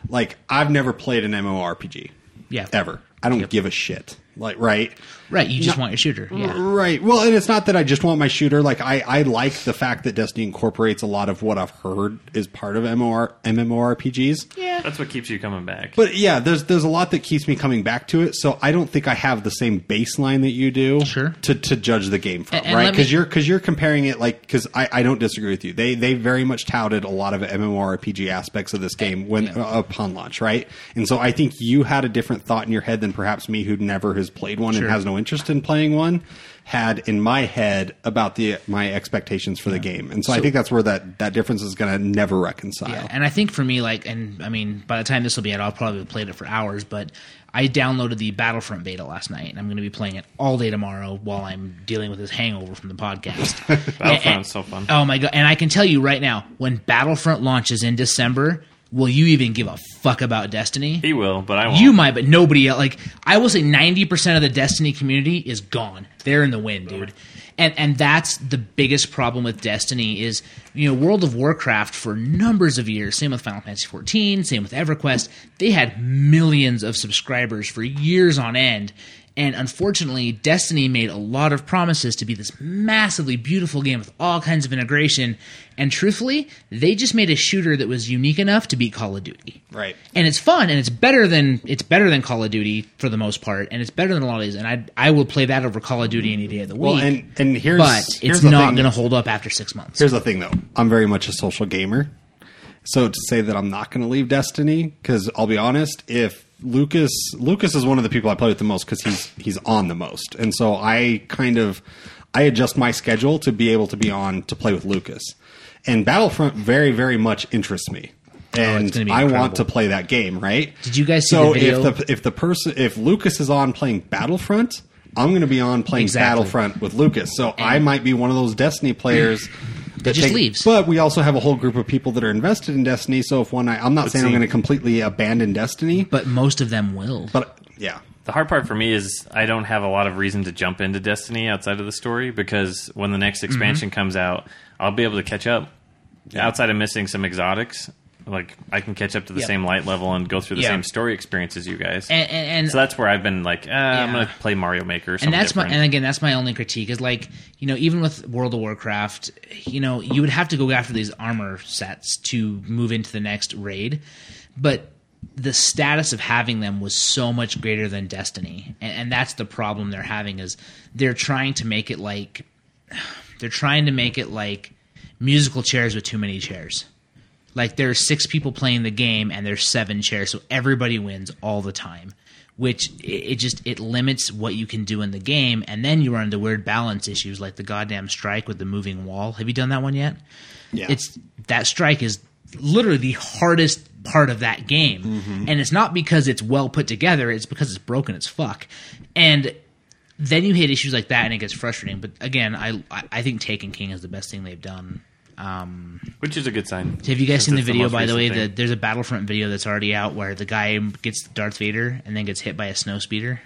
like I've never played an MMORPG, Yeah. ever. I don't give a shit, like right, Right, you just No- want your shooter. Yeah. Right. Well, and it's not that I just want my shooter. Like I, I like the fact that Destiny incorporates a lot of what I've heard is part of MMOR, MMORPGs. that's what keeps you coming back. But yeah, there's there's a lot that keeps me coming back to it. So I don't think I have the same baseline that you do Sure. to, to judge the game from, And- and right? let me- Because you're because you're comparing it like because I, I don't disagree with you. They they very much touted a lot of MMORPG aspects of this Eh, uh, game when upon launch, right? And so I think you had a different thought in your head than perhaps me, who never has played one and has no interest in playing one had in my head about the my expectations for the game. And so, I think that's where that that difference is going to never reconcile. Yeah, and I think for me, like, and I mean, by the time this will be out, I'll probably have played it for hours. But I downloaded the Battlefront beta last night, and I'm going to be playing it all day tomorrow while I'm dealing with this hangover from the *laughs* podcast. And- and- Battlefront's so fun. Oh my god! And I can tell you right now, when Battlefront launches in December, will you even give a fuck about Destiny? He will, but I won't. You might, but nobody else. Like I will say, ninety percent of the Destiny community is gone. They're in the wind, dude. And and that's the biggest problem with Destiny is you know World of Warcraft for numbers of years. Same with Final Fantasy fourteen. Same with EverQuest. They had millions of subscribers for years on end. And unfortunately, Destiny made a lot of promises to be this massively beautiful game with all kinds of integration. And truthfully, they just made a shooter that was unique enough to beat Call of Duty Right. and it's fun and it's better than it's better than Call of Duty for the most part, and it's better than a lot of these. And I I will play that over Call of Duty any day of the week. Well, and and here's but here's it's the not thing. going to hold up after six months. Here's the thing, though. I'm very much a social gamer. So to say that I'm not going to leave Destiny, because I'll be honest, if Lucas Lucas is one of the people I play with the most, because he's he's on the most, and so I kind of I adjust my schedule to be able to be on to play with Lucas. And Battlefront very very much interests me, and Oh, gonna be I want incredible. to play that game. Right? Did you guys see so the video? if the if the person if Lucas is on playing Battlefront, I'm going to be on playing Exactly. Battlefront with Lucas. So I might be one of those Destiny players that just leaves. But we also have a whole group of people that are invested in Destiny. So if one night, I'm not saying I'm going to completely abandon Destiny, but most of them will. but yeah, The hard part for me is I don't have a lot of reason to jump into Destiny outside of the story because when the next Mm-hmm. expansion comes out, I'll be able to catch up. Outside of missing some exotics, like I can catch up to the Yep. same light level and go through the Yeah. same story experience as you guys. and and, and so that's where I've been like, uh, I'm going to play Mario Maker. Or something and that's different. my and again that's my only critique is like you know even with World of Warcraft you know you would have to go after these armor sets to move into the next raid but the status of having them was so much greater than Destiny and, and that's the problem they're having is they're trying to make it like *sighs* they're trying to make it like musical chairs with too many chairs like there are six people playing the game and there's seven chairs so everybody wins all the time which it, it just it limits what you can do in the game and then you run into weird balance issues like the goddamn strike with the moving wall have you done that one yet yeah, it's that strike is literally the hardest part of that game and it's not because it's well put together it's because it's broken as fuck and then you hit issues like that and it gets frustrating but again i i I think taken king is the best thing they've done which is a good sign. have you Since guys seen the it's video, most by the way? recent thing. That there's a Battlefront video that's already out where the guy gets Darth Vader and then gets hit by a *laughs* snow speeder.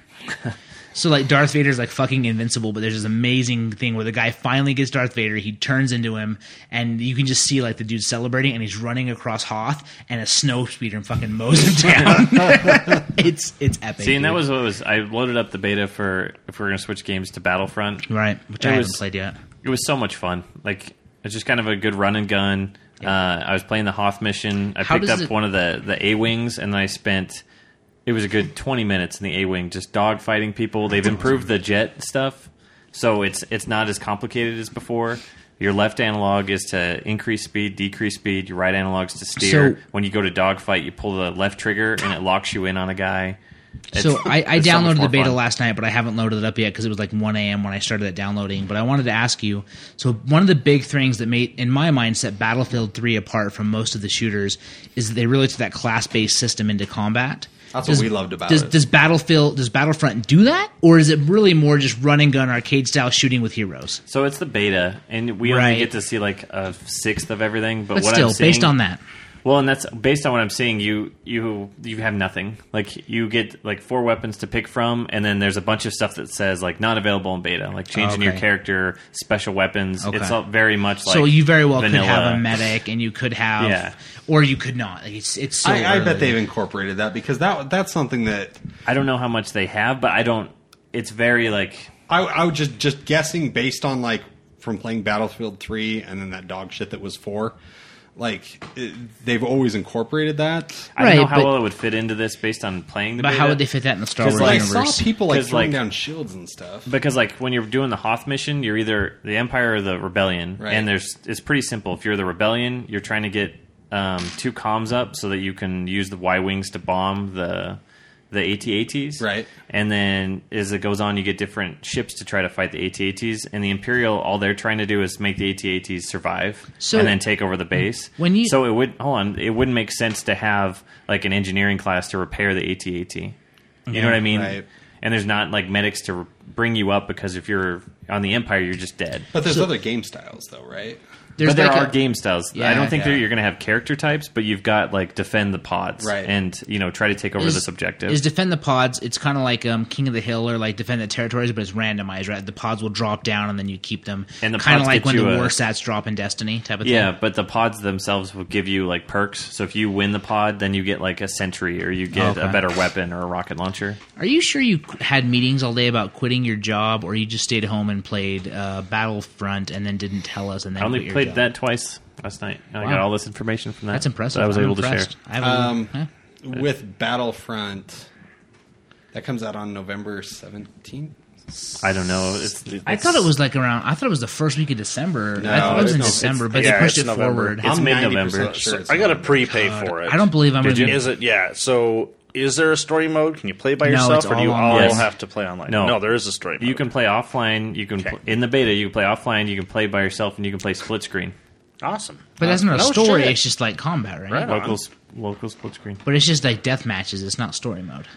so like Darth Vader's like fucking invincible, but there's this amazing thing where the guy finally gets Darth Vader. He turns into him, and you can just see like the dude celebrating, and he's running across Hoth, and a snow speeder fucking mows *laughs* him down. *laughs* it's it's epic. See, and that dude. was what was. I loaded up the beta for if we're going to switch games to Battlefront. right, which It I haven't was- played yet. It was so much fun. Like it's just kind of a good run and gun. Uh, I was playing the Hoth mission. I How picked up does it- one of the the A wings, and I spent. It was a good twenty minutes in the A wing, just dog fighting people. They've improved the jet stuff, so it's it's not as complicated as before. Your left analog is to increase speed, decrease speed. Your right analog is to steer. So- when you go to dogfight, you pull the left trigger, and it locks you in on a guy. It's- So I, I it's so much downloaded more the beta fun. last night, but I haven't loaded it up yet because it was like 1 a.m. when I started that downloading. But I wanted to ask you. So one of the big things that made, in my mind, set Battlefield 3 apart from most of the shooters is that they really took that class-based system into combat. That's what we loved about does, it. Does Battlefield, does Battlefront do that, or is it really more just run and gun arcade style shooting with heroes? So it's the beta, and we Right. only get to see like a sixth of everything. But, But what still, I'm seeing, based on that, well, and that's based on what I'm seeing. You you you have nothing. Like you get like four weapons to pick from, and then there's a bunch of stuff that says like not available in beta, like changing your Okay. character, special weapons. Okay. It's all very much like so you very well vanilla. could have a medic, and you could have, Yeah. or you could not. Like, it's it's. So I, I early. bet they've incorporated that because that that's something that I don't know how much they have, but I don't. It's very like I, I would just just guessing based on like from playing Battlefield Three and then that dog shit that was four. Like it, they've always incorporated that. I don't know Right, how but- well it would fit into this based on playing the. But beta. how would they fit that in the Star Wars Because, But I like, universe? saw people like 'Cause, throwing like- down shields and stuff. because like when you're doing the Hoth mission, you're either the Empire or the Rebellion, Right. and there's it's pretty simple. If you're the Rebellion, you're trying to get um, two comms up so that you can use the Y wings to bomb the the ATATs. Right. And then as it goes on, you get different ships to try to fight the ATATs. And the Imperial, all they're trying to do is make the ATATs survive So- and then take over the base. When you- so it would hold on, it wouldn't make sense to have like an engineering class to repair the ATAT. You know what I mean? Right. And there's not like medics to re- bring you up because if you're on the Empire, you're just dead. But there's other game styles, though, right? There's but there like are a- game styles. I Yeah, don't think yeah. that you're going to have character types, but you've got like defend the pods, Right. And you know try to take over is- this objective. Is defend the pods. It's kind of like um, King of the Hill or like defend the territories, but it's randomized, right? The pods will drop down and then you keep them. And the kind pods of like get when you the a- war stats drop in Destiny type of yeah, thing. but the pods themselves will give you like perks. So if you win the pod, then you get like a sentry or you get a Okay. better weapon or a rocket launcher. Are you sure you qu- had meetings all day about quitting your job, or you just stayed home and played uh, Battlefront and then didn't tell us? And then I only quit your played job? that twice last night. And I Wow. got all this information from that. That's impressive. that I was I'm able impressed. to share. I have a little- Um, huh? With Battlefront, that comes out on November 17th. I don't know. It's, I thought it was like around. I thought it was the first week of December. No, I thought it was it's in no- December, it's- but yeah, they pushed it's it November. forward. It's I'm mid-November. 90% Sure it's I got to November. prepay for it. I don't believe I'm going to. Is it? Yeah. So is there a story mode? Can you play by No, yourself, it's or do you all all online. Yes. have to play online? No. there is a story mode. You can play offline. You can Okay. pl- in the beta. You can play offline. You can play by yourself, and you can play split screen. awesome, But that's not a No story. shit. It's just like combat, right? Right on. Local, s- local split screen. But it's just like death matches. It's not story mode.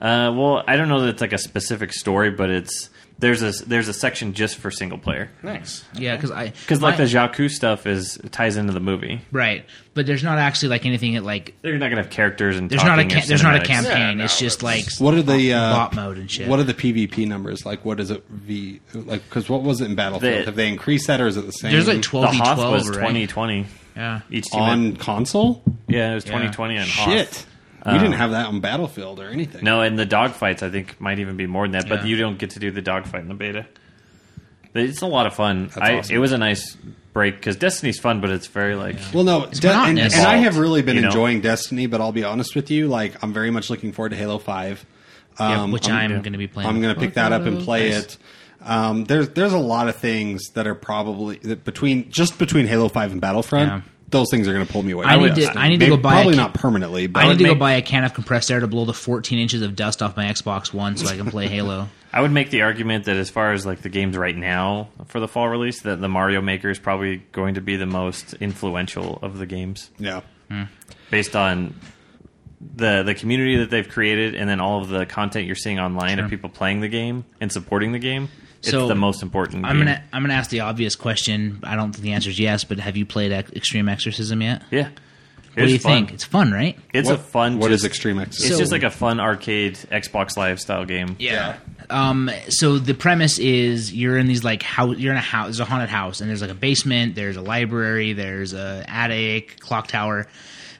Uh, well, I don't know that it's like a specific story, but it's there's a there's a section just for single player nice. Yeah, because I because like my- the Jakku stuff is ties into the movie. right. But there's not actually like anything that like They're not gonna have characters and there's not a talking or ca- there's not a cinematics. campaign. Yeah, it's no, just like What are the uh, bot mode and shit. What are the PvP numbers like? What is it? V like because what was it in Battlefield? The- Have they increased that or is it the same? there's like The twelve v Hoth was twelve, twenty e- right? twenty. Yeah. Each team had- on console. yeah, it was twenty twenty on Hoth. Shit, we didn't have that on Battlefield or anything. No, and the dogfights I think might even be more than that, but Yeah. you don't get to do the dogfight in the beta. But it's a lot of fun. I, awesome. It was a nice break because Destiny's fun, but it's very like Well, no, De- and, monotonous. and I have really been You know? enjoying Destiny, but I'll be honest with you, like I'm very much looking forward to Halo Five, um, Yeah, which I'm going to be playing. I'm going to pick that up and play Nice. it. Um, there's there's a lot of things that are probably that between just between Halo Five and Battlefront. Yeah. Those things are going to pull me away. I from need to- Destiny. I need to Maybe- go buy a probably ca- not permanently, but I need to go make- buy a can of compressed air to blow the 14 inches of dust off my Xbox One so I can play Halo. I would make the argument that as far as like the games right now for the fall release, that the Mario Maker is probably going to be the most influential of the games, yeah. based on the the community that they've created, and then all of the content you're seeing online of people playing the game and supporting the game. It's So, the most important. I'm game. gonna I'm gonna ask the obvious question. I don't think the answer is yes, but have you played Ex- Extreme Exorcism yet? yeah. What do you think? It's fun, right? It's What- a fun. What is just- Extreme X? It's So- just like a fun arcade Xbox Live style game. Yeah. Um. So the premise is you're in these like house. You're in a house. There's a haunted house, and there's like a basement. There's a library. There's a attic, clock tower.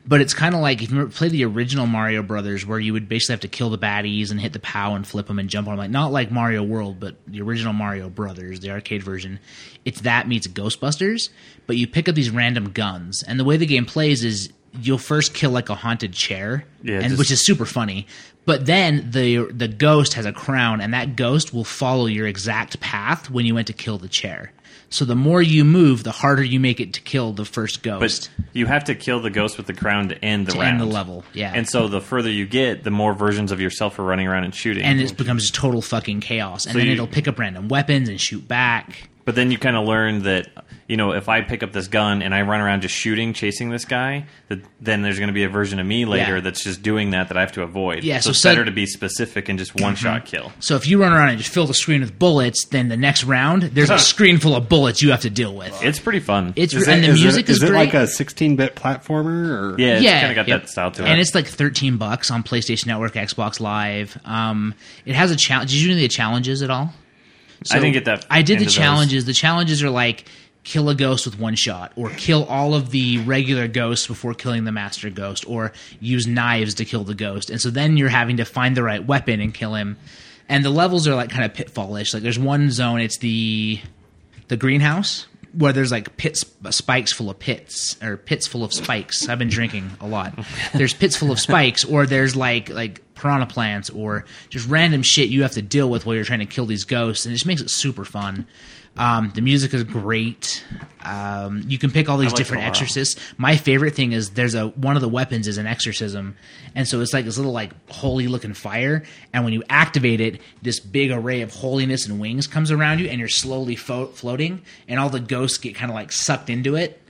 But it's kind of like if you remember- play the original Mario Brothers, where you would basically have to kill the baddies and hit the POW and flip them and jump on them. Like not like Mario World, but the original Mario Brothers, the arcade version. It's that meets Ghostbusters, but you pick up these random guns, and the way the game plays is you'll first kill like a haunted chair, Yeah, and just- which is super funny. But then the the ghost has a crown, and that ghost will follow your exact path when you went to kill the chair. So the more you move, the harder you make it to kill the first But ghost you have to kill the ghost with the crown to end the to round. end the level. Yeah, And so the further you get, the more versions of yourself are running around and shooting. and it becomes total fucking chaos. And So then you- it'll pick up random weapons and shoot back. but then you kind of learn that you know if I pick up this gun and I run around just shooting, chasing this guy, that then there's going to be a version of me later Yeah. that's just doing that that I have to avoid. Yeah, so, so Mm-hmm. it's sud- better to be specific and just one shot kill. So if you run around and just fill the screen with bullets, then the next round *laughs* there's a screen full of bullets you have to deal with. It's pretty fun. It's Is and it- the is it- music is it great. like a 16-bit platformer? Or? yeah, it's kind of got yep. that style to it. And it's like thirteen bucks on PlayStation Network, Xbox Live. Um, it has a challenge. Did you do any of the challenges at all? I didn't get that. I did the into those. challenges. The challenges are like kill a ghost with one shot, or kill all of the regular ghosts before killing the master ghost, or use knives to kill the ghost. And so then you're having to find the right weapon and kill him. And the levels are like kind of pitfallish. Like there's one zone, it's the the greenhouse where there's like pits spikes full of pits or pits full of spikes. I've been drinking a lot. There's pits full of spikes, or there's like like piranha plants or just random shit you have to deal with while you're trying to kill these ghosts, and it just makes it super fun. Um, the music is great. Um, you can pick all these like it different a lot. exorcists. My favorite thing is there's a one of the weapons is an exorcism, and so it's like this little like holy looking fire, and when you activate it, this big array of holiness and wings comes around you, and you're slowly fo- floating, and all the ghosts get kind of like sucked into it.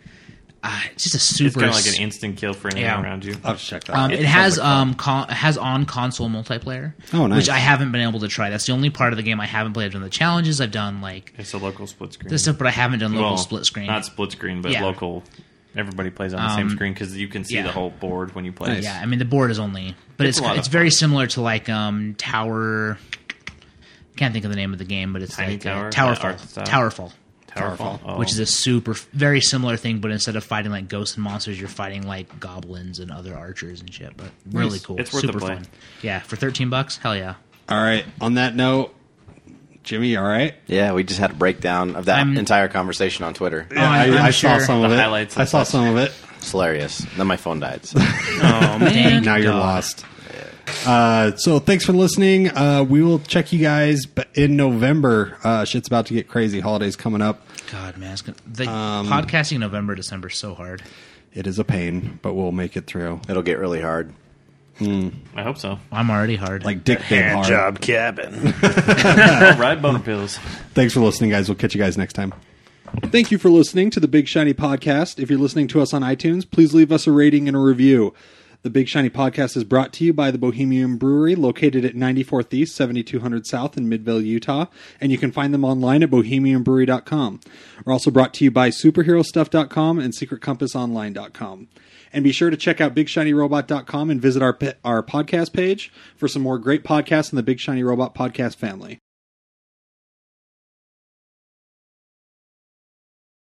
Uh, it's just a It's super kind of like an instant kill for anyone Yeah. around you. I'll have to check that. um, out. it has um con- has on console multiplayer, Oh, nice. which I haven't been able to try. That's the only part of the game I haven't played. I've done the challenges, I've done like It's a local split screen. this stuff, but I haven't done local Well, split screen. Not split screen, but Yeah. Um, local. Everybody plays on the same screen because you can see yeah. the whole board when you play. Nice. Yeah, I mean the board is only, but It's it's a lot it's, of very similar to like um Tower. I can't think of the name of the game, but it's Tiny like Tower? uh, That art Towerfall. style? Towerfall, Towerfall, oh. which is a super very similar thing, but instead of fighting like ghosts and monsters, you're fighting like goblins and other archers and shit. But really cool, It's worth the super play. fun. Yeah, for thirteen bucks, hell yeah. all right. On that note, Jimmy, all right. Oh, Yeah, we just had a breakdown of that I'm- entire conversation on Twitter. Oh, I'm, I, I'm I sure. saw some of The it. highlights and I saw such. some of it. It's hilarious. Then my phone died. So. Dang now you're God. lost. Uh, so thanks for listening. Uh, we will check you guys b- in November. Uh, shit's about to get crazy. Holidays coming up. God, man, it's gonna, the Um, podcasting November December is so hard. It is a pain, but we'll make it through. It'll get really hard. I hope so. I'm already hard. Like Dick Big Hand Hard. *laughs* job cabin. All right, boner pills. Thanks for listening, guys. We'll catch you guys next time. Thank you for listening to the Big Shiny Podcast. If you're listening to us on iTunes, please leave us a rating and a review. The Big Shiny Podcast is brought to you by the Bohemian Brewery, located at 94th East, 7200 South in Midvale, Utah, and you can find them online at bohemianbrewery.com. We're also brought to you by superherostuff.com and secretcompassonline.com. And be sure to check out bigshinyrobot.com and visit our, pe- our podcast page for some more great podcasts in the Big Shiny Robot podcast family.